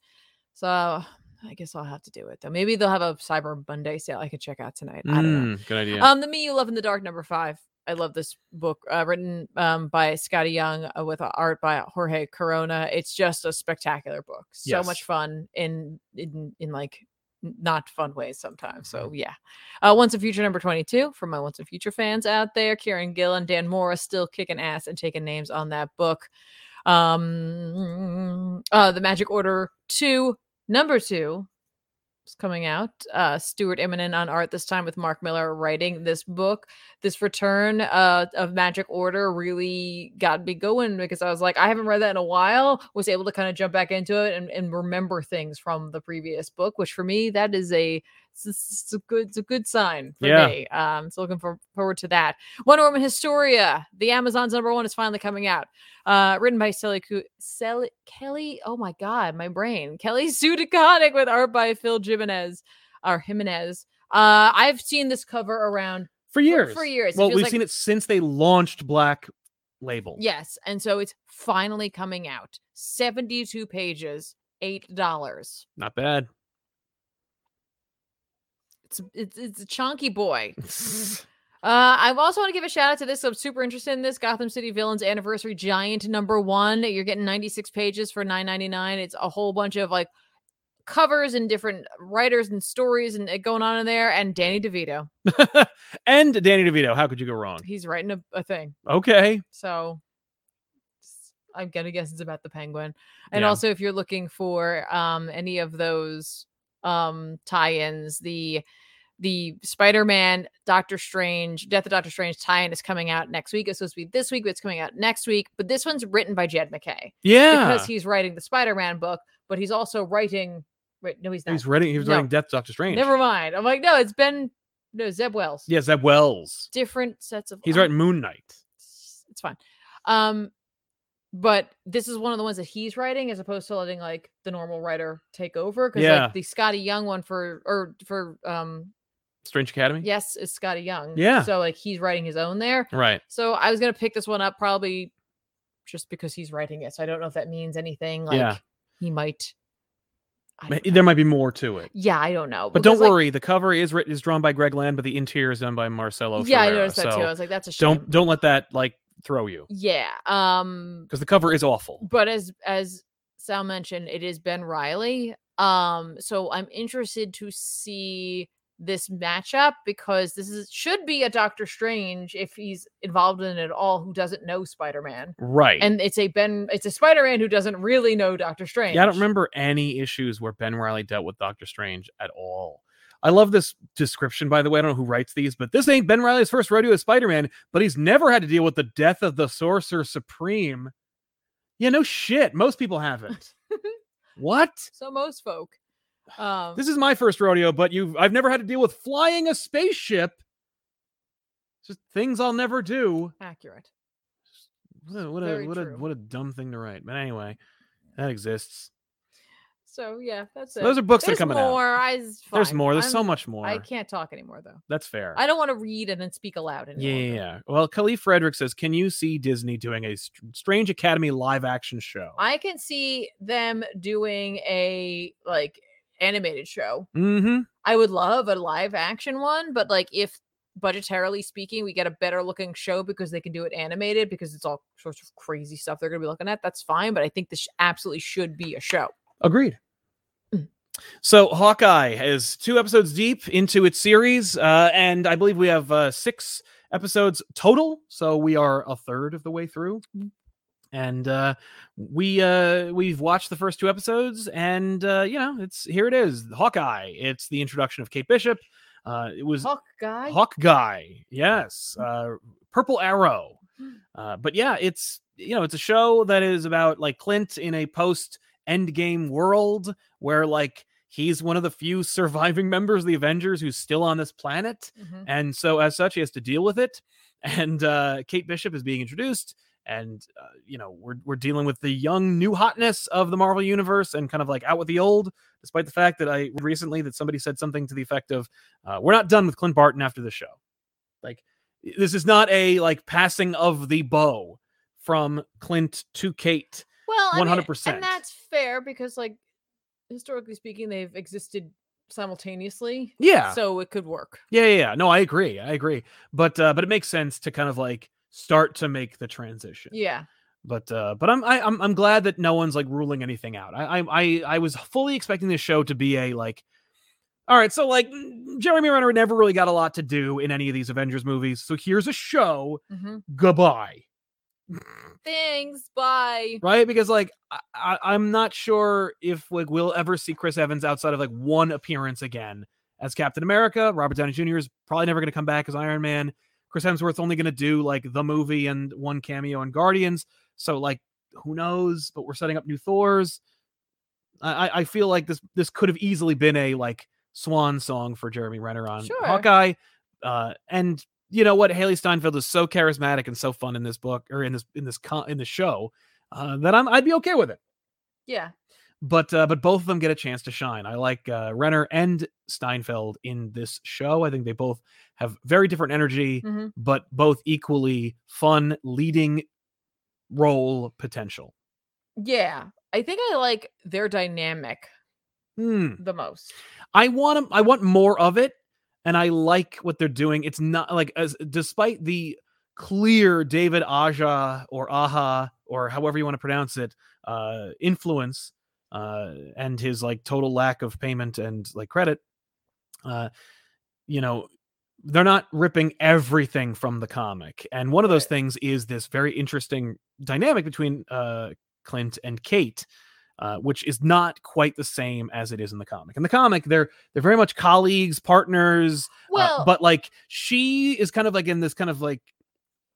So I guess I'll have to do it though. Maybe they'll have a Cyber Monday sale I could check out tonight. I don't know.
Mm, Good idea.
Um, the me you love in the dark number five. I love this book, uh, written um, by Scotty Young uh, with art by Jorge Corona. It's just a spectacular book. So much
Yes.
fun in in in like n- not fun ways sometimes. So yeah, uh, Once in Future number twenty two for my Once in Future fans out there. Kieran Gill and Dan Morris still kicking ass and taking names on that book. Um, uh, the Magic Order two number two is coming out. Uh, Stuart Eminem on art this time with Mark Miller writing this book. This return uh, of Magic Order really got me going because I was like, I haven't read that in a while. Was able to kind of jump back into it and, and remember things from the previous book, which for me that is a it's, it's it's a good it's a good sign for
Yeah.
me. Um, so looking for, forward to that. Wonder Woman Historia, the Amazon's number one, is finally coming out. Uh, written by Sally, Coo- Sally Kelly. Oh my God, my brain. Kelly Sue DeConnick with art by Phil Jimenez or Jimenez. Uh, I've seen this cover around.
for years.
for years, it
Well,
feels
we've
like-
seen it since they launched Black Label.
Yes, and so it's finally coming out. Seventy-two pages, eight dollars.
Not bad.
It's it's it's a chunky boy. Uh, I also want to give a shout out to this. I'm super interested in this Gotham City Villains Anniversary Giant number one. You're getting 96 pages for 9.99. It's a whole bunch of like covers and different writers and stories and it going on in there. And Danny DeVito,
and Danny DeVito. How could you go wrong?
he's writing a, a thing.
Okay.
So s- I'm gonna guess it's about the penguin. And
Yeah.
also if you're looking for um any of those um tie-ins, the the Spider-Man, Doctor Strange, Death of Doctor Strange tie-in is coming out next week. It's supposed to be this week, but it's coming out next week. But this one's written by Jed McKay
Yeah.
because he's writing the Spider-Man book, but he's also writing. Wait, no, he's not.
He's writing. He was
No.
writing Death Doctor Strange.
Never mind. I'm like, no, it's Ben. No, Zeb Wells.
Yeah, Zeb Wells.
Different sets of.
He's
I'm-
writing Moon Knight.
it's it's fine. Um, but this is one of the ones that he's writing as opposed to letting like the normal writer take over. Because
Yeah.
like the Scotty Young one for or for um
Strange Academy.
yes is Scotty Young.
Yeah.
So like he's writing his own there.
Right.
So I was gonna pick this one up probably just because he's writing it. So I don't know if that means anything. Like
Yeah.
he might I
Ma-
don't know.
There might be more to it.
yeah, I don't know.
But don't
because, like-
worry, the cover is writ- is drawn by Greg Land, but the interior is done by Marcelo.
Yeah, I
Ferrera,
noticed that
so
too. I was like, that's a shame.
Don't don't let that like throw you
yeah. Um
because the cover is awful.
but as as sal mentioned it is ben riley um so i'm interested to see this matchup because this is should be a doctor strange if he's involved in it at all who doesn't know spider-man
Right.
and it's a ben it's a spider-man who doesn't really know doctor strange
Yeah, I don't remember any issues where Ben Riley dealt with Doctor Strange at all. I love this description, by the way. I don't know who writes these, but this ain't Ben Riley's first rodeo as Spider Man, but he's never had to deal with the death of the Sorcerer Supreme. Yeah, no shit. Most people haven't. what?
so most folk um
This is my first rodeo, but you've I've never had to deal with flying a spaceship. It's Just things I'll never do.
accurate
What a what a,
Very
what a
true.
what a dumb thing to write. But anyway, that exists.
so yeah that's it
Those are books that are
there's
coming out.
more I, it's
There's
fine.
more. There's so
I'm-
much more.
i can't talk anymore though
That's fair.
i don't want to read and then speak aloud anymore
Yeah, yeah, yeah. Well, Khalif Frederick says, "Can you see Disney doing a Str- Strange Academy live action show?"
I can see them doing a like animated show.
mm-hmm.
I would love a live action one, but like if budgetarily speaking, we get a better looking show because they can do it animated because it's all sorts of crazy stuff they're going to be looking at. That's fine, but I think this sh- absolutely should be a show.
Agreed.
Mm.
So Hawkeye is two episodes deep into its series, uh, and I believe we have uh, six episodes total. So we are a third of the way through, and uh, we uh, we've watched the first two episodes, and uh, you know it's here it is, Hawkeye. It's the introduction of Kate Bishop. Uh, it was
Hawk guy.
Hawk guy. Yes. Uh, Purple Arrow. Uh, but yeah, it's you know, it's a show that is about like Clint in a post endgame world where like he's one of the few surviving members of the Avengers who's still on this planet.
Mhm.
And so as such, he has to deal with it. And uh, Kate Bishop is being introduced. And uh, you know we're we're dealing with the young new hotness of the Marvel universe and kind of like out with the old, despite the fact that I recently that somebody said something to the effect of, uh, "We're not done with Clint Barton after the show." Like this is not a like passing of the bow from Clint to Kate.
Well, I mean,
100%.
and that's fair because, like, historically speaking, they've existed simultaneously,
Yeah,
so it could work.
Yeah, yeah, yeah. No, I agree. I agree. But uh, but it makes sense to kind of like start to make the transition.
Yeah,
But uh, but I'm I, I'm I'm glad that no one's like ruling anything out. I I I, I was fully expecting this show to be a like. All right, so like mm, Jeremy Renner never really got a lot to do in any of these Avengers movies. So here's a show.
hmm
Goodbye.
thanks. Bye.
Right? Because like I, I, I'm not sure if like we'll ever see Chris Evans outside of like one appearance again as Captain America. Robert Downey Jr. is probably never going to come back as Iron Man. Chris Hemsworth's only going to do like the movie and one cameo in Guardians. So like who knows? But we're setting up new Thors. I I- I feel like this this could have easily been a like swan song for Jeremy Renner on
Sure.
Hawkeye. Uh, and you know what? Haley Steinfeld is so charismatic and so fun in this book or in this in this con- in the show uh, that I'm I'd be okay with it.
Yeah,
But uh, but both of them get a chance to shine. I like uh, Renner and Steinfeld in this show. I think they both have very different energy,
Mhm.
but both equally fun leading role potential.
yeah. I think I like their dynamic
Hmm.
the most.
I want 'em- I want more of it, and I like what they're doing. It's not like as despite the clear David Aja or Aha or however you want to pronounce it uh, influence uh, and his like total lack of payment and like credit. Uh, you know, they're not ripping everything from the comic, and one of those
Right.
things is this very interesting dynamic between uh, Clint and Kate uh, which is not quite the same as it is in the comic. In the comic, they're they're very much colleagues, partners, uh,
Well,
but like she is kind of like in this kind of like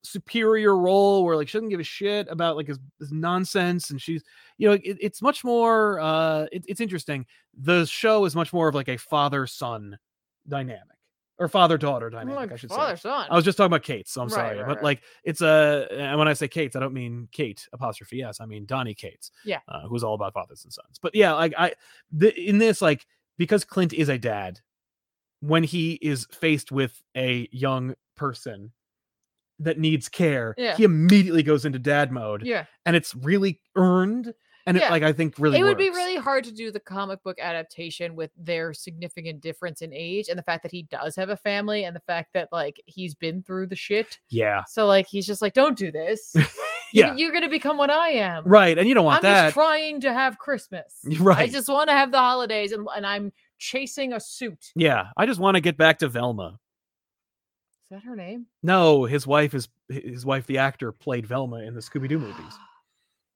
superior role where like she doesn't give a shit about like his, his nonsense and she's you know it, it's much more uh it, it's interesting the show is much more of like a father son dynamic or father daughter
I'm
dynamic
like,
i should say
father, oh son.
I was just talking about Kate, so I'm
Right,
sorry.
right,
but
right.
like, it's a, and when I say Kate's, I don't mean Kate apostrophe yes, I mean Donnie Cates.
Yeah.
uh, who's all about fathers and sons. But yeah, like I, the, in this, like because Clint is a dad, when he is faced with a young person that needs care,
Yeah.
he immediately goes into dad mode,
yeah,
and it's really earned, and it
Yeah.
like I think really
it would be
works.
really hard to do the comic book adaptation with their significant difference in age and the fact that he does have a family and the fact that like he's been through the shit.
yeah,
So like he's just like, don't do this. You-
yeah,
you're gonna become what I am.
right. And you don't want
I'm
that,
just trying to have Christmas.
right?
I just want to have the holidays, and, and I'm chasing a suit. Is
yeah, I just want to get back to Velma.
that her name?
No, his wife is his wife. The actor played Velma in the Scooby Doo movies.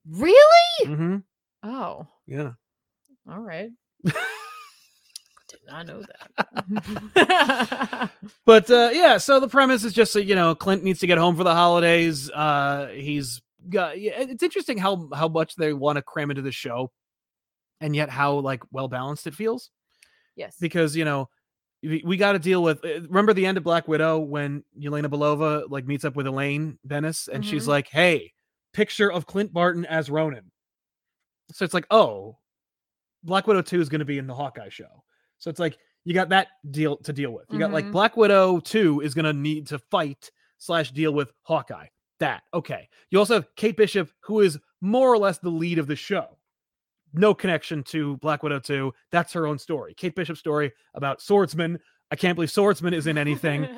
Really?
Mm-hmm.
Oh,
Yeah,
all right. Did not know that.
but uh, yeah. So the premise is just so you know, Clint needs to get home for the holidays. Uh, he's got. yeah, It's interesting how how much they want to cram into the show, and yet how like well balanced it feels.
yes.
because you know we, we got to deal with uh, remember the end of black widow when yelena belova like meets up with elaine bennis and she's
Mhm.
like hey picture of clint barton as ronan so it's like oh black widow 2 is going to be in the hawkeye show so it's like you got that deal to deal with you got like
Mhm.
black widow 2 is going to need to fight slash deal with hawkeye that okay you also have kate bishop who is more or less the lead of the show no connection to Black Widow 2. That's her own story. Kate Bishop's story about swordsman. I can't believe swordsman is in anything,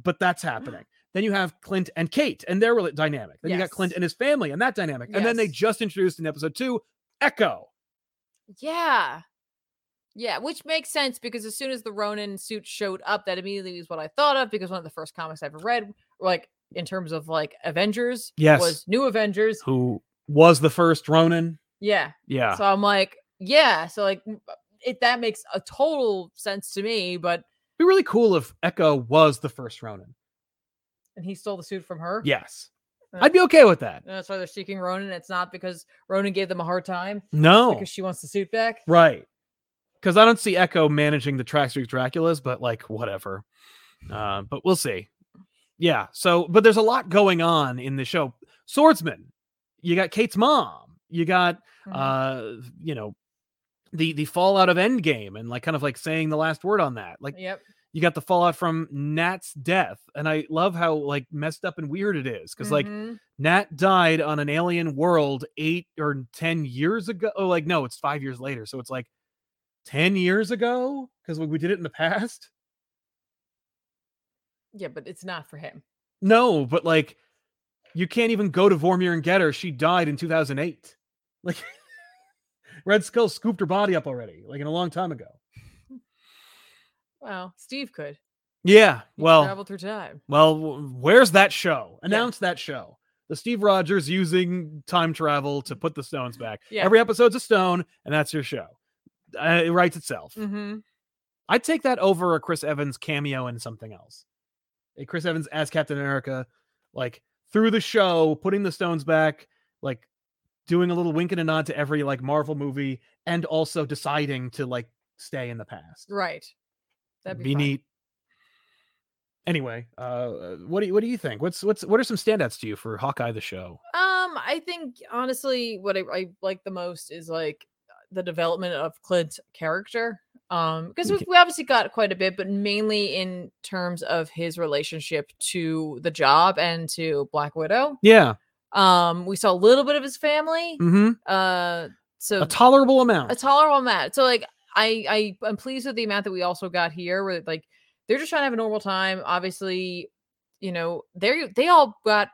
but that's happening. Then you have Clint and Kate and their rela- dynamic. Then you got Clint
Yes.
and his family and that dynamic. And then they
Yes.
just introduced in episode two Echo.
yeah. Yeah, which makes sense because as soon as the Ronin suit showed up, that immediately was what I thought of because one of the first comics I ever read, like in terms of like Avengers,
Yes.
was New Avengers.
Who was the first Ronin?
Yeah,
Yeah.
So I'm like, yeah. So like, m- it that makes a total sense to me. But
be really cool if Echo was the first Ronin.
and he stole the suit from her.
Yes.
Yeah.
I'd be okay with that.
And that's why they're seeking Ronan. It's not because Ronan gave them a hard time.
No.
Because she wants the suit back.
Right. Because I don't see Echo managing the Tracksuit Draculas, but like, whatever. Uh, but we'll see. Yeah. So, but there's a lot going on in the show. Swordsman. You got Kate's mom. You got,
Mhm.
uh, you know, the the fallout of Endgame and like kind of like saying the last word on that. Like
yep.
you got the fallout from Nat's death, and I love how like messed up and weird it is. Because like
Mhm.
Nat died on an alien world eight or 10 years ago. Oh, like, no, it's five years later. So it's like 10 years ago because we, we did it in the past.
yeah, but it's not for him.
No, but like, you can't even go to Vormir and get her. She died in 2008. Like, Red Skull scooped her body up already, like, in a long time ago.
Well, Steve could.
Yeah.
He could
Well,
travel through time.
well, w- where's that show? Announce that show. The Steve Rogers using time travel to put the stones back.
Yeah.
Every episode's a stone, and that's your show. Uh, it writes itself.
Mm-hmm.
I'd take that over a Chris Evans cameo in something else. A Chris Evans as Captain America, like through the show, putting the stones back, like doing a little wink and a nod to every like Marvel movie, and also deciding to like stay in the past.
Right. That'd be,
be
fun.
neat. Anyway, uh, what do you, what do you think? What's what's what are some standouts to you for Hawkeye the show?
Um, I think honestly, what I, I like the most is like the development of Clint's character. Um, because we,
Okay.
we obviously got quite a bit, but mainly in terms of his relationship to the job and to Black Widow.
Yeah,
Um, we saw a little bit of his family.
hmm
Uh, so
a tolerable amount.
a tolerable amount. So like I I am pleased with the amount that we also got here where like they're just trying to have a normal time. Obviously, you know, they they all got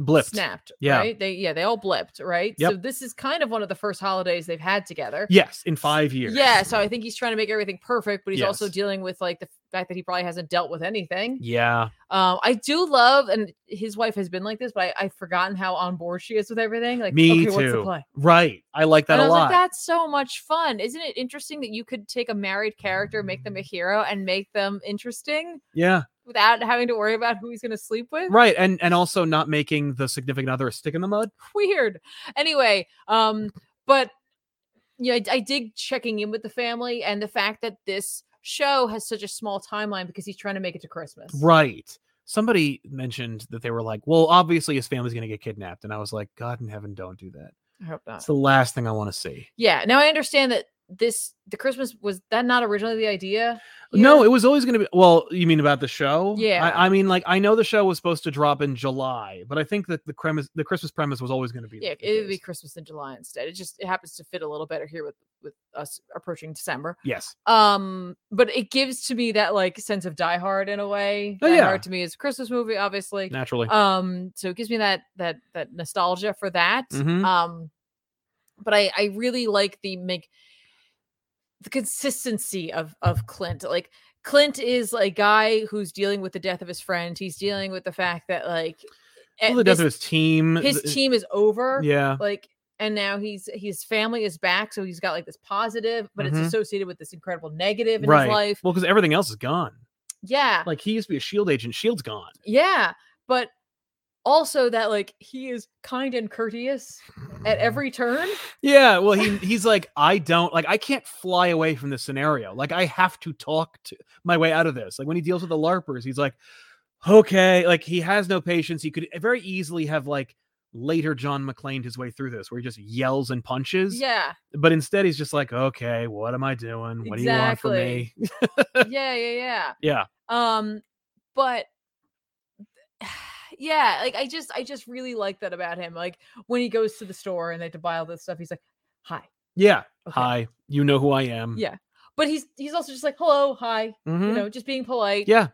Blipped.
snapped.
Yeah.
Right. They yeah, they all blipped, right? So this is kind of one of the first holidays they've had together.
Yes, in five years.
Yeah. So I think he's trying to make everything perfect, but he's also
Yes.
dealing with like the fact that he probably hasn't dealt with anything.
Yeah.
Um, I do love, and his wife has been like this, but I, I've forgotten how on board she is with everything. Like,
Me
okay, what's the
too.
play?
Right. I like that
and I
a
was
lot.
like, that's so much fun. Isn't it interesting that you could take a married character, make them a hero, and make them interesting
yeah.
without having to worry about who he's gonna sleep with?
right and and also not making the significant other a stick in the mud
Weird. Anyway, um, but yeah, I, I dig checking in with the family and the fact that this show has such a small timeline because he's trying to make it to Christmas.
right somebody mentioned that they were like well obviously his family's going to get kidnapped and i was like god in heaven don't do that
I hope not.
it's the last thing i want to see
yeah. Now I understand that this the Christmas was that not originally the idea?
no
here?
it was always going to be well you mean about the show
Yeah.
I, I mean like i know the show was supposed to drop in july but i think that the premise the christmas premise was always going to be
yeah,
the
it would be
case.
Christmas in July instead. It just it happens to fit a little better here with with us approaching December.
yes
um but it gives to me that like sense of die hard in a way
Oh,
die
yeah.
hard to me is a christmas movie obviously
naturally
um so it gives me that that that nostalgia for that
Mhm.
um but i i really like the make the consistency of of clint like clint is a guy who's dealing with the death of his friend he's dealing with the fact that like eh,
well, the
this-
death of his team
his
th-
team is over
yeah
like and now he's his family is back so he's got like this positive but
Mhm.
it's associated with this incredible negative in
right
his life
well because everything else is gone
yeah
like he used to be a shield E agent shield's gone
yeah but also that like he is kind and courteous at
Mm-hmm.
every turn
Yeah, well, he he's like, I don't like, I can't fly away from this scenario. Like, I have to talk to my way out of this. Like when he deals with the larpers, he's like, okay, like he has no patience. He could very easily have like later John McClane his way through this, where he just yells and punches.
yeah
But instead, he's just like, okay, what am I doing? What do you want from me?
Exactly. yeah yeah yeah
yeah,
um but yeah like i just i just really like that about him like when he goes to the store and they have to buy all this stuff he's like hi
yeah.
okay.
Hi, you know who I am.
Yeah. but he's he's also just like hello hi you
Mhm.
know just being polite
yeah,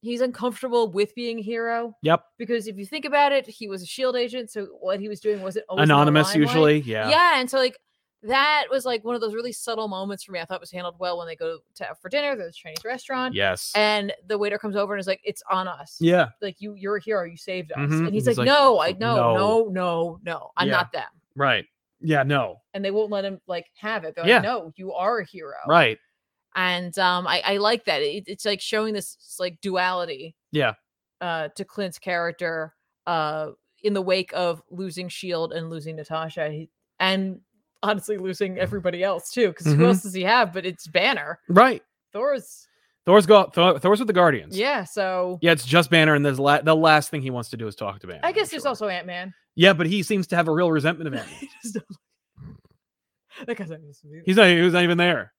he's uncomfortable with being a hero
yep.
because if you think about it, he was a shield agent, so what he was doing wasn't always in the
Anonymous
limelight.
usually.
Yeah. and so like that was like one of those really subtle moments for me. I thought it was handled well when they go to out for dinner, there's a Chinese restaurant,
Yes.
and the waiter comes over and is like, "It's on us.
yeah.
Like you, you're a hero. You saved us."
Mhm,
And
and
he's,
he's
like,
like,
"No, I
"F-
no, no, no, no. I'm
Yeah.
not them."
Right. Yeah. No.
And they won't let him like have it. They're
Yeah.
like, "No, you are a hero."
Right.
and um, I, I like that. It, it's like showing this like duality
Yeah.
uh, to Clint's character uh, in the wake of losing Shield E and losing Natasha, he, and honestly losing everybody else too. Because
Mhm.
who else does he have? But it's Banner.
Right.
Thor's
Thor's go Thor, Thor's with the Guardians.
yeah. So
Yeah, it's just Banner, and there's la- the last thing he wants to do is talk to Banner.
I
I'm
guess there's
sure.
also Ant Man.
yeah, but he seems to have a real resentment of Ant.
That guy's not used to be-
He's not. He was not even there.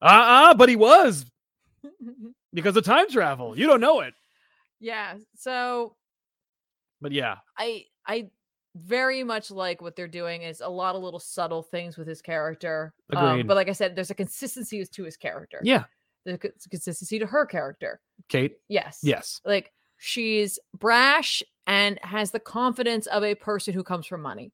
Uh uh but he was because of time travel. You don't know it,
yeah. So
but yeah,
I I very much like what they're doing is a lot of little subtle things with his character. um,
Agreed.
but like I said, there's a consistency as to his character.
yeah.
There's a co- consistency to her character.
Kate,
Yes.
yes,
Like she's brash and has the confidence of a person who comes from money,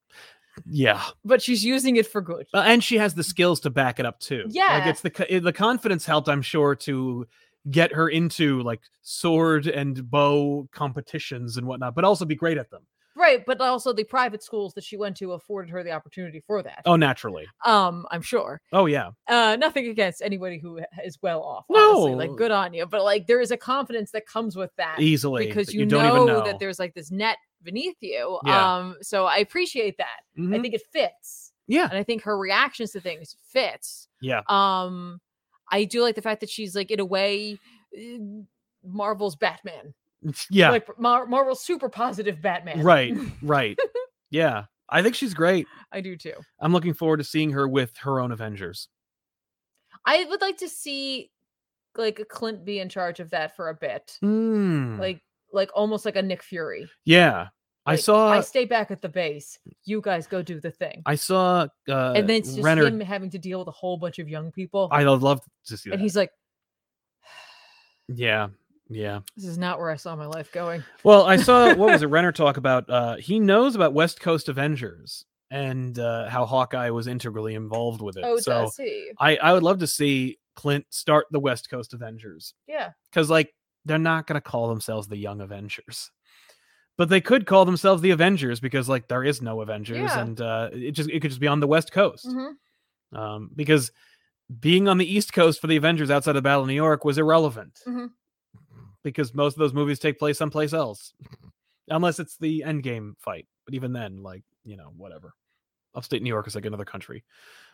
yeah,
but she's using it for good.
Uh, and she has the skills to back it up too. like
Yeah.
it's the co- it- the confidence helped, I'm sure, to get her into like sword and bow competitions and whatnot, but also be great at them.
Right. But also the private schools that she went to afforded her the opportunity for that.
Oh, naturally.
Um, I'm sure.
Oh, yeah.
uh nothing against anybody who h- is well off honestly.
No.
like good on you but like there is a confidence that comes with that
Easily
because
that
you,
don't
know,
even know
that there's like this net beneath you
Yeah.
um so i appreciate that
Mhm.
i think it fits
Yeah.
and i think her reactions to things fits
Yeah.
um i do like the fact that she's like in a way uh, marvel's batman
Yeah.
like Mar- marvel's super positive batman
right. Right. yeah. I think she's great.
i do too
I'm looking forward to seeing her with her own Avengers.
i would like to see like clint be in charge of that for a bit
Mm,
like like almost like a Nick Fury.
yeah. I
Like,
saw.
I
I,
stay back at the base. You guys go do the thing.
saw. Uh,
and then it's just
Renner.
him having to deal with a whole bunch of young people.
I would love to see that.
and he's like,
yeah. Yeah.
This is not where I saw my life going.
Well, I saw what was it? Renner talk about. Uh, he knows about West Coast Avengers and uh, how Hawkeye was integrally involved with it.
Oh,
so
does he?
I I would love to see Clint start the West Coast Avengers
Yeah.
because like they're not gonna call themselves the Young Avengers, but they could call themselves the Avengers because like there is no Avengers
Yeah.
and uh, it just it could just be on the West Coast
Mhm.
um, because being on the East Coast for the Avengers outside of Battle of New York was irrelevant
Mhm.
because most of those movies take place someplace else, unless it's the Endgame fight. But even then, like you know, whatever. Upstate New York is like another country,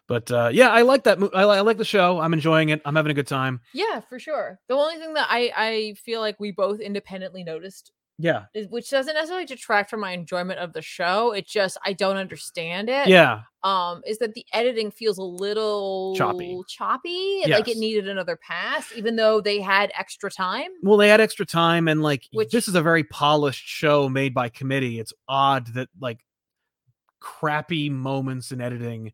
but uh, yeah, I like that. Mo- I, li- I like the show. I'm enjoying it. I'm having a good time.
Yeah, for sure. The only thing that I I feel like we both independently noticed,
Yeah,
is, which doesn't necessarily detract from my enjoyment of the show, it just I don't understand it.
yeah,
um is that the editing feels a little choppy and like
Yes.
it needed another pass even though they had extra time
well they had extra time and like y-
Which-
this is a very polished show made by committee it's odd that like crappy moments in editing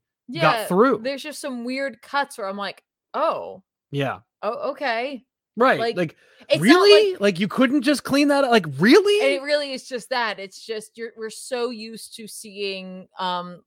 through.
there's just some weird cuts where i'm like oh
yeah
oh okay
right like,
Like, not
really
like,
like, you couldn't just clean that up like really
and it really is just that it's just you're we're so used to seeing um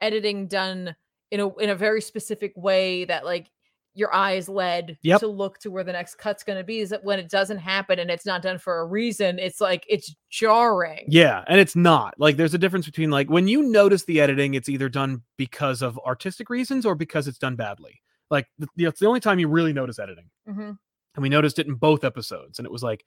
editing done in a in a very specific way that like your eye is led
Yep.
to look to where the next cut's going to be is that when it doesn't happen and it's not done for a reason it's like it's jarring
yeah and it's not like there's a difference between like when you notice the editing it's either done because of artistic reasons or because it's done badly like th- you know, it's the only time you really notice editing
Mhm.
and we noticed it in both episodes and it was like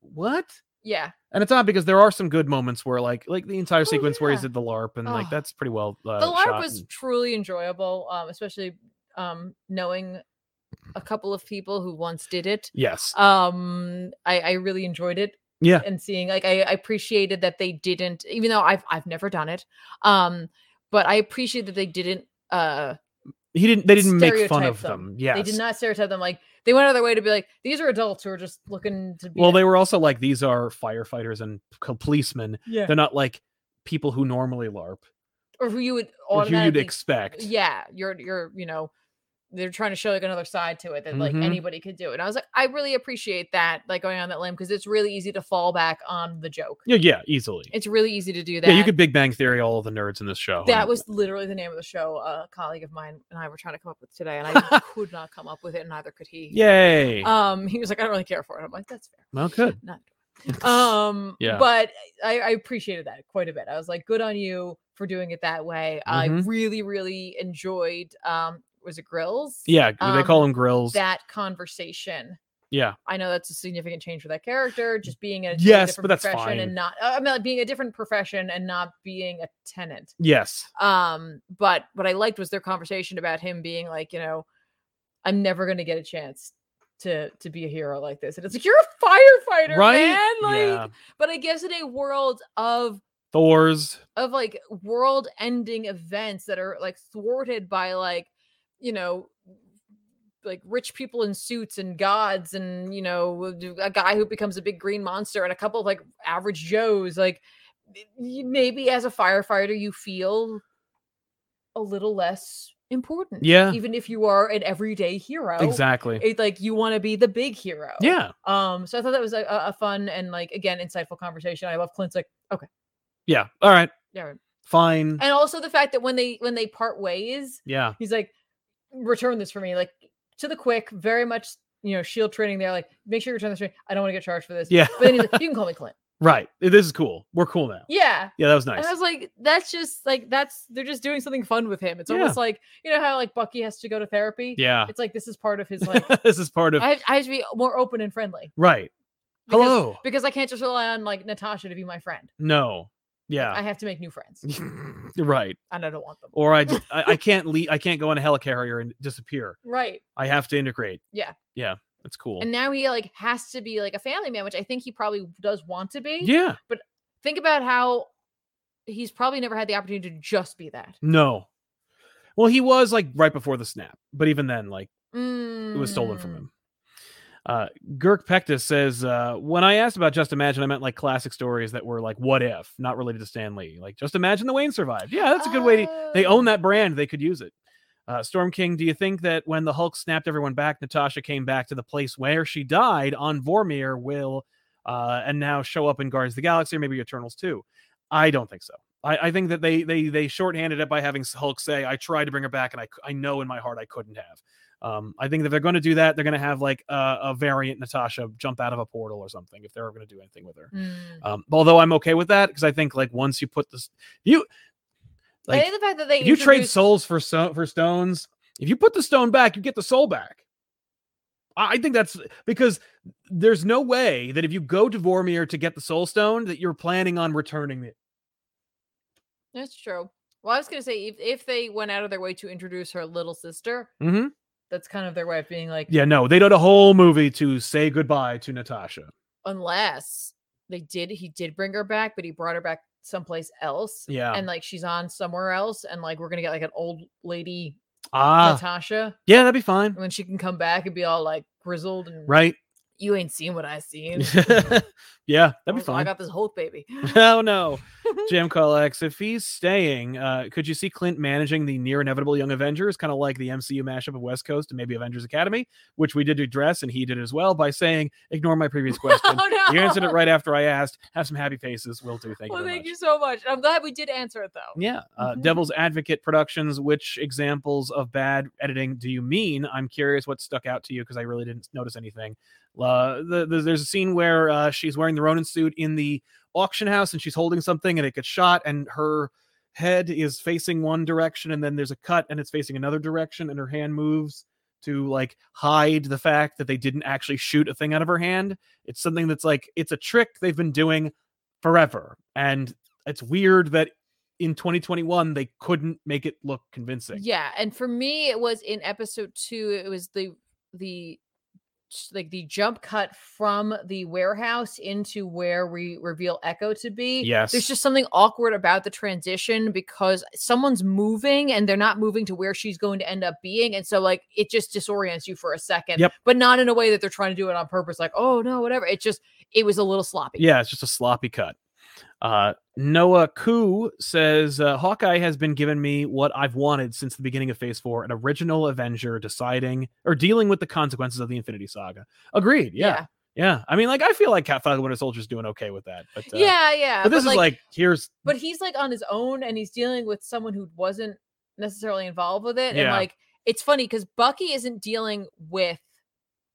what
yeah
And it's odd because there are some good moments where, like, like the entire
Oh,
sequence where he's
yeah.
at the LARP, and like
Oh.
that's pretty well. Uh,
the larp
shot
was
and-
truly enjoyable um especially um knowing a couple of people who once did it
yes,
um i i really enjoyed it
Yeah.
and seeing like i, I appreciated that they didn't even though i've i've never done it um but i appreciate that they didn't uh
he didn't. They didn't make fun
stereotype
of them.
them.
Yes,
they did not stereotype them like they went out of their way to be like these are adults who are just looking to be
Well, they were also like these are firefighters and co- policemen.
yeah
They're not like people who normally LARP
or who you would
or who you'd
automatically
expect.
yeah you're you're you know they're trying to show like another side to it that like
Mhm.
anybody could do it and i was like i really appreciate that like going on that limb because it's really easy to fall back on the joke
yeah, yeah, easily.
it's really easy to do that
Yeah, you could Big Bang Theory all of the nerds in this show.
that
and-
was literally the name of the show a colleague of mine and i were trying to come up with today and i could not come up with it and neither could he
yay.
um he was like i don't really care for it i'm like that's fair
well, good.
not um
Yeah.
but I, I appreciated that quite a bit i was like good on you for doing it that way i
Mhm.
really really enjoyed um was it Grills?
Yeah, they
Um,
call him Grills.
That conversation.
yeah,
I know that's a significant change for that character. Just being in a totally
Yes,
different
but that's
profession
fine.
and not. uh, I mean, like, being a different profession and not being a tenant.
yes,
Um, but what I liked was their conversation about him being like, you know, I'm never gonna get a chance to to be a hero like this. And it's like you're a firefighter,
right.
man. Like,
yeah,
but I guess in a world of
Thor's.
of like world ending events that are like thwarted by like you know like rich people in suits and gods and you know d- a guy who becomes a big green monster and a couple of like average joes like y- y- maybe as a firefighter you feel a little less important
Yeah.
even if you are an everyday hero
Exactly.
Oh, it, like you want to be the big hero
yeah.
um so i thought that was a, a a fun and like again insightful conversation i love clint's like okay
Yeah. All right.
yeah right."
Fine.
and also the fact that when they when they part ways
yeah.
he's like return this for me like to the quick very much you know shield training they're like make sure you return this for me. i don't want to get charged for this
Yeah.
but then he's like you can call me clint
Right. This is cool. We're cool now.
yeah
Yeah, that was
and
nice.
i was like that's just like that's they're just doing something fun with him it's
Yeah.
almost like you know how like bucky has to go to therapy
yeah.
it's like this is part of his like
this is part of
I, have, I have to be more open and friendly
right.
because-
Hello.
because i can't just rely on like natasha to be my friend
No.
i
Yeah.
have to make new friends
right.
and i don't want them
Or I, just, I I can't leave. I can't go on a helicarrier and disappear.
right
I have to integrate.
Yeah.
Yeah. That's cool.
and now he like has to be like a family man which i think he probably does want to be
yeah.
think about how he's probably never had the opportunity to just be that
No. Well, he was like right before the snap, but even then, like it was stolen from
Mm,
him. Uh, Girk Pectus says, uh, when I asked about Just Imagine, I meant like classic stories that were like, what if, not related to Stan Lee. Like, Just Imagine the Wayne survived. Yeah, that's a good way to, they own
oh,
that brand. They could use it. Uh, Storm King, do you think that when the Hulk snapped everyone back, Natasha came back to the place where she died on Vormir will uh, and now show up in Guardians of the Galaxy or maybe Eternals too? I don't think so. I, I think that they they they shorthanded it by having Hulk say, "I tried to bring her back, and I c- I know in my heart I couldn't have." Um, I think that if they're going to do that, they're going to have like a, a variant Natasha jump out of a portal or something if they're ever going to do anything with her.
mm.
Um, although I'm okay with that because I think like once you put this, you
I
like
think the fact that they
if you trade
introduced-
souls for so, for stones, if you put the stone back, you get the soul back. I, I think that's because there's no way that if you go to Vormir to get the soul stone that you're planning on returning it.
that's true well i was gonna say if, if they went out of their way to introduce her little sister
Mm-hmm.
that's kind of their way of being like
Yeah, no, they did a whole movie to say goodbye to Natasha.
unless they did he did bring her back but he brought her back someplace else
Yeah.
and like she's on somewhere else and like we're gonna get like an old lady
ah,
natasha
yeah, that'd be fine,
and then she can come back and be all like grizzled and
right?
you ain't seen what I seen.
yeah, that'd be
I
fine.
got this Hulk baby.
Oh no, Jam Colex. If he's staying, uh, could you see Clint managing the near inevitable Young Avengers, kind of like the MCU mashup of West Coast and maybe Avengers Academy, which we did address and he did as well by saying, "Ignore my previous question.
Oh, no.
You answered it right after I asked. Have some happy faces. Will do. Thank you."
Well,
very
thank
much."
you so much. I'm glad we did answer it though.
Yeah. Uh,
Mhm.
Devil's Advocate Productions. Which examples of bad editing do you mean? I'm curious what stuck out to you because I really didn't notice anything. Uh, the, the, there's a scene where uh, she's wearing the Ronin suit in the auction house and she's holding something and it gets shot and her head is facing one direction and then there's a cut and it's facing another direction and her hand moves to like hide the fact that they didn't actually shoot a thing out of her hand. It's something that's like it's a trick they've been doing forever and it's weird that in 2021 they couldn't make it look convincing.
Yeah, and for me, it was in episode two. It was the the s- like the jump cut from the warehouse into where we reveal Echo to be.
Yes.
there's just something awkward about the transition because someone's moving and they're not moving to where she's going to end up being, and so like it just disorients you for a second.
Yep.
but not in a way that they're trying to do it on purpose. Like, oh no, whatever. It just it was a little sloppy.
Yeah, it's just a sloppy cut. Uh, Noah Koo says uh, Hawkeye has been giving me what I've wanted since the beginning of Phase Four, an original Avenger deciding or dealing with the consequences of the Infinity Saga. Agreed. Yeah, yeah. I mean, like I feel like Cat Falcon Winter Soldier's doing okay with that, but uh,
yeah, yeah.
But this is like here's
but he's like on his own and he's dealing with someone who wasn't necessarily involved with it and
Yeah.
like it's funny because bucky isn't dealing with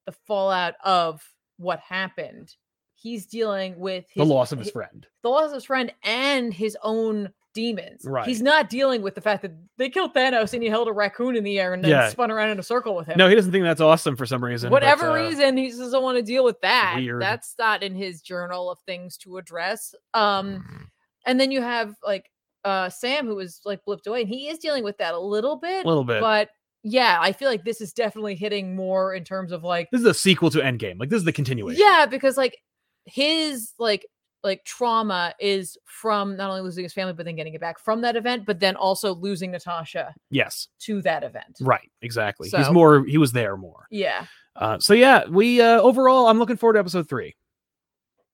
the fallout of what happened he's dealing with
the
his,
loss of his
hi-
friend.
the loss of his friend and his own demons.
Right.
He's not dealing with the fact that they killed Thanos and he held a raccoon in the air and then
Yeah.
spun around in a circle with him.
No, he doesn't think that's awesome for some reason. but,
Whatever
uh,
reason, he doesn't want to deal with that.
weird.
That's not in his journal of things to address. Um, and then you have like uh Sam who was like blipped away, and he is dealing with that a little bit.
a little bit.
But yeah, I feel like this is definitely hitting more in terms of like
this is a sequel to Endgame. Like this is the continuation.
yeah, because like his like like trauma is from not only losing his family but then getting it back from that event, but then also losing Natasha
Yes.
to that event.
Right. Exactly. He's
So-
more. He was there more.
Yeah.
Uh, so yeah, we uh, overall, I'm looking forward to episode three.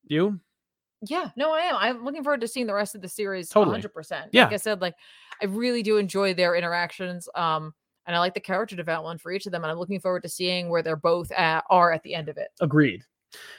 You?
Yeah, no, I am. I'm looking forward to seeing the rest of the series.
Totally.
100%.
Yeah.
Like I said, like I really do enjoy their interactions. Um, and I like the character development for each of them. And I'm looking forward to seeing where they're both at, are at the end of it.
Agreed.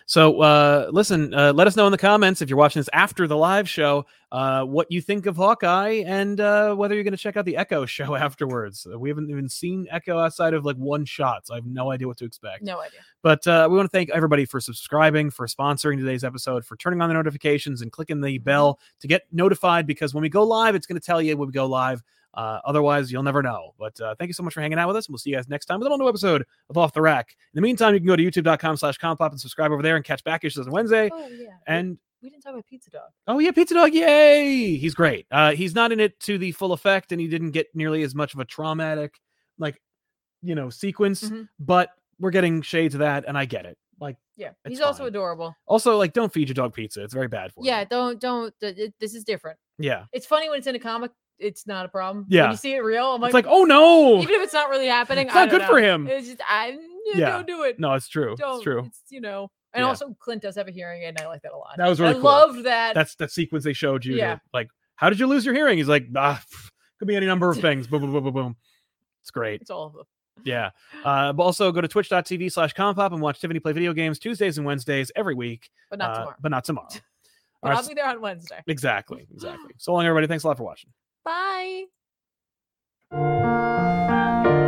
So uh, listen, uh, let us know in the comments if you're watching this after the live show, uh, what you think of Hawkeye and uh, whether you're going to check out the Echo show afterwards. Uh, We haven't even seen Echo outside of like one shot, so I have no idea what to expect.
No idea.
But uh, we want to thank everybody for subscribing, for sponsoring today's episode, for turning on the notifications and clicking the bell to get notified because when we go live, it's going to tell you when we go live. Uh, otherwise, you'll never know. But uh, thank you so much for hanging out with us, and we'll see you guys next time with a new episode of Off the Rack. In the meantime, you can go to youtube.com slash compop and subscribe over there and catch back issues on Wednesday.
Oh yeah.
And
we didn't talk about Pizza Dog.
Oh yeah, Pizza Dog! Yay, he's great. Uh, he's not in it to the full effect, and he didn't get nearly as much of a traumatic, like, you know, sequence.
Mhm.
But we're getting shades of that, and I get it. Like,
Yeah.
It's
He's also
fine.
adorable.
also, like, don't feed your dog pizza; it's very bad for
Yeah,
him.
don't don't th- th- this is different.
Yeah,
It's funny when it's in a comic, it's not a problem. When
Yeah.
you see it real, I'm
it's
like,
like, oh no,
even if it's not really happening,
it's
I
not
don't
good for
know.
him.
It's just I
Yeah.
don't do it.
No, it's true.
don't.
It's true.
It's you know, and
Yeah.
also Clint does have a hearing aid, and I like that a lot.
That was really
I
cool.
loved that.
That's that sequence they showed you.
Yeah.
Yeah. Like, how did you lose your hearing? He's like, ah, pff, could be any number of things. boom, boom, boom, boom, boom. It's great.
it's all of them.
Yeah. Uh, but also go to twitch.tv slash compop and watch Tiffany play video games Tuesdays and Wednesdays every week.
But not
uh,
tomorrow.
But not tomorrow.
But
All right,
I'll be there on Wednesday.
exactly. Exactly. So long, everybody. Thanks a lot for watching.
Bye.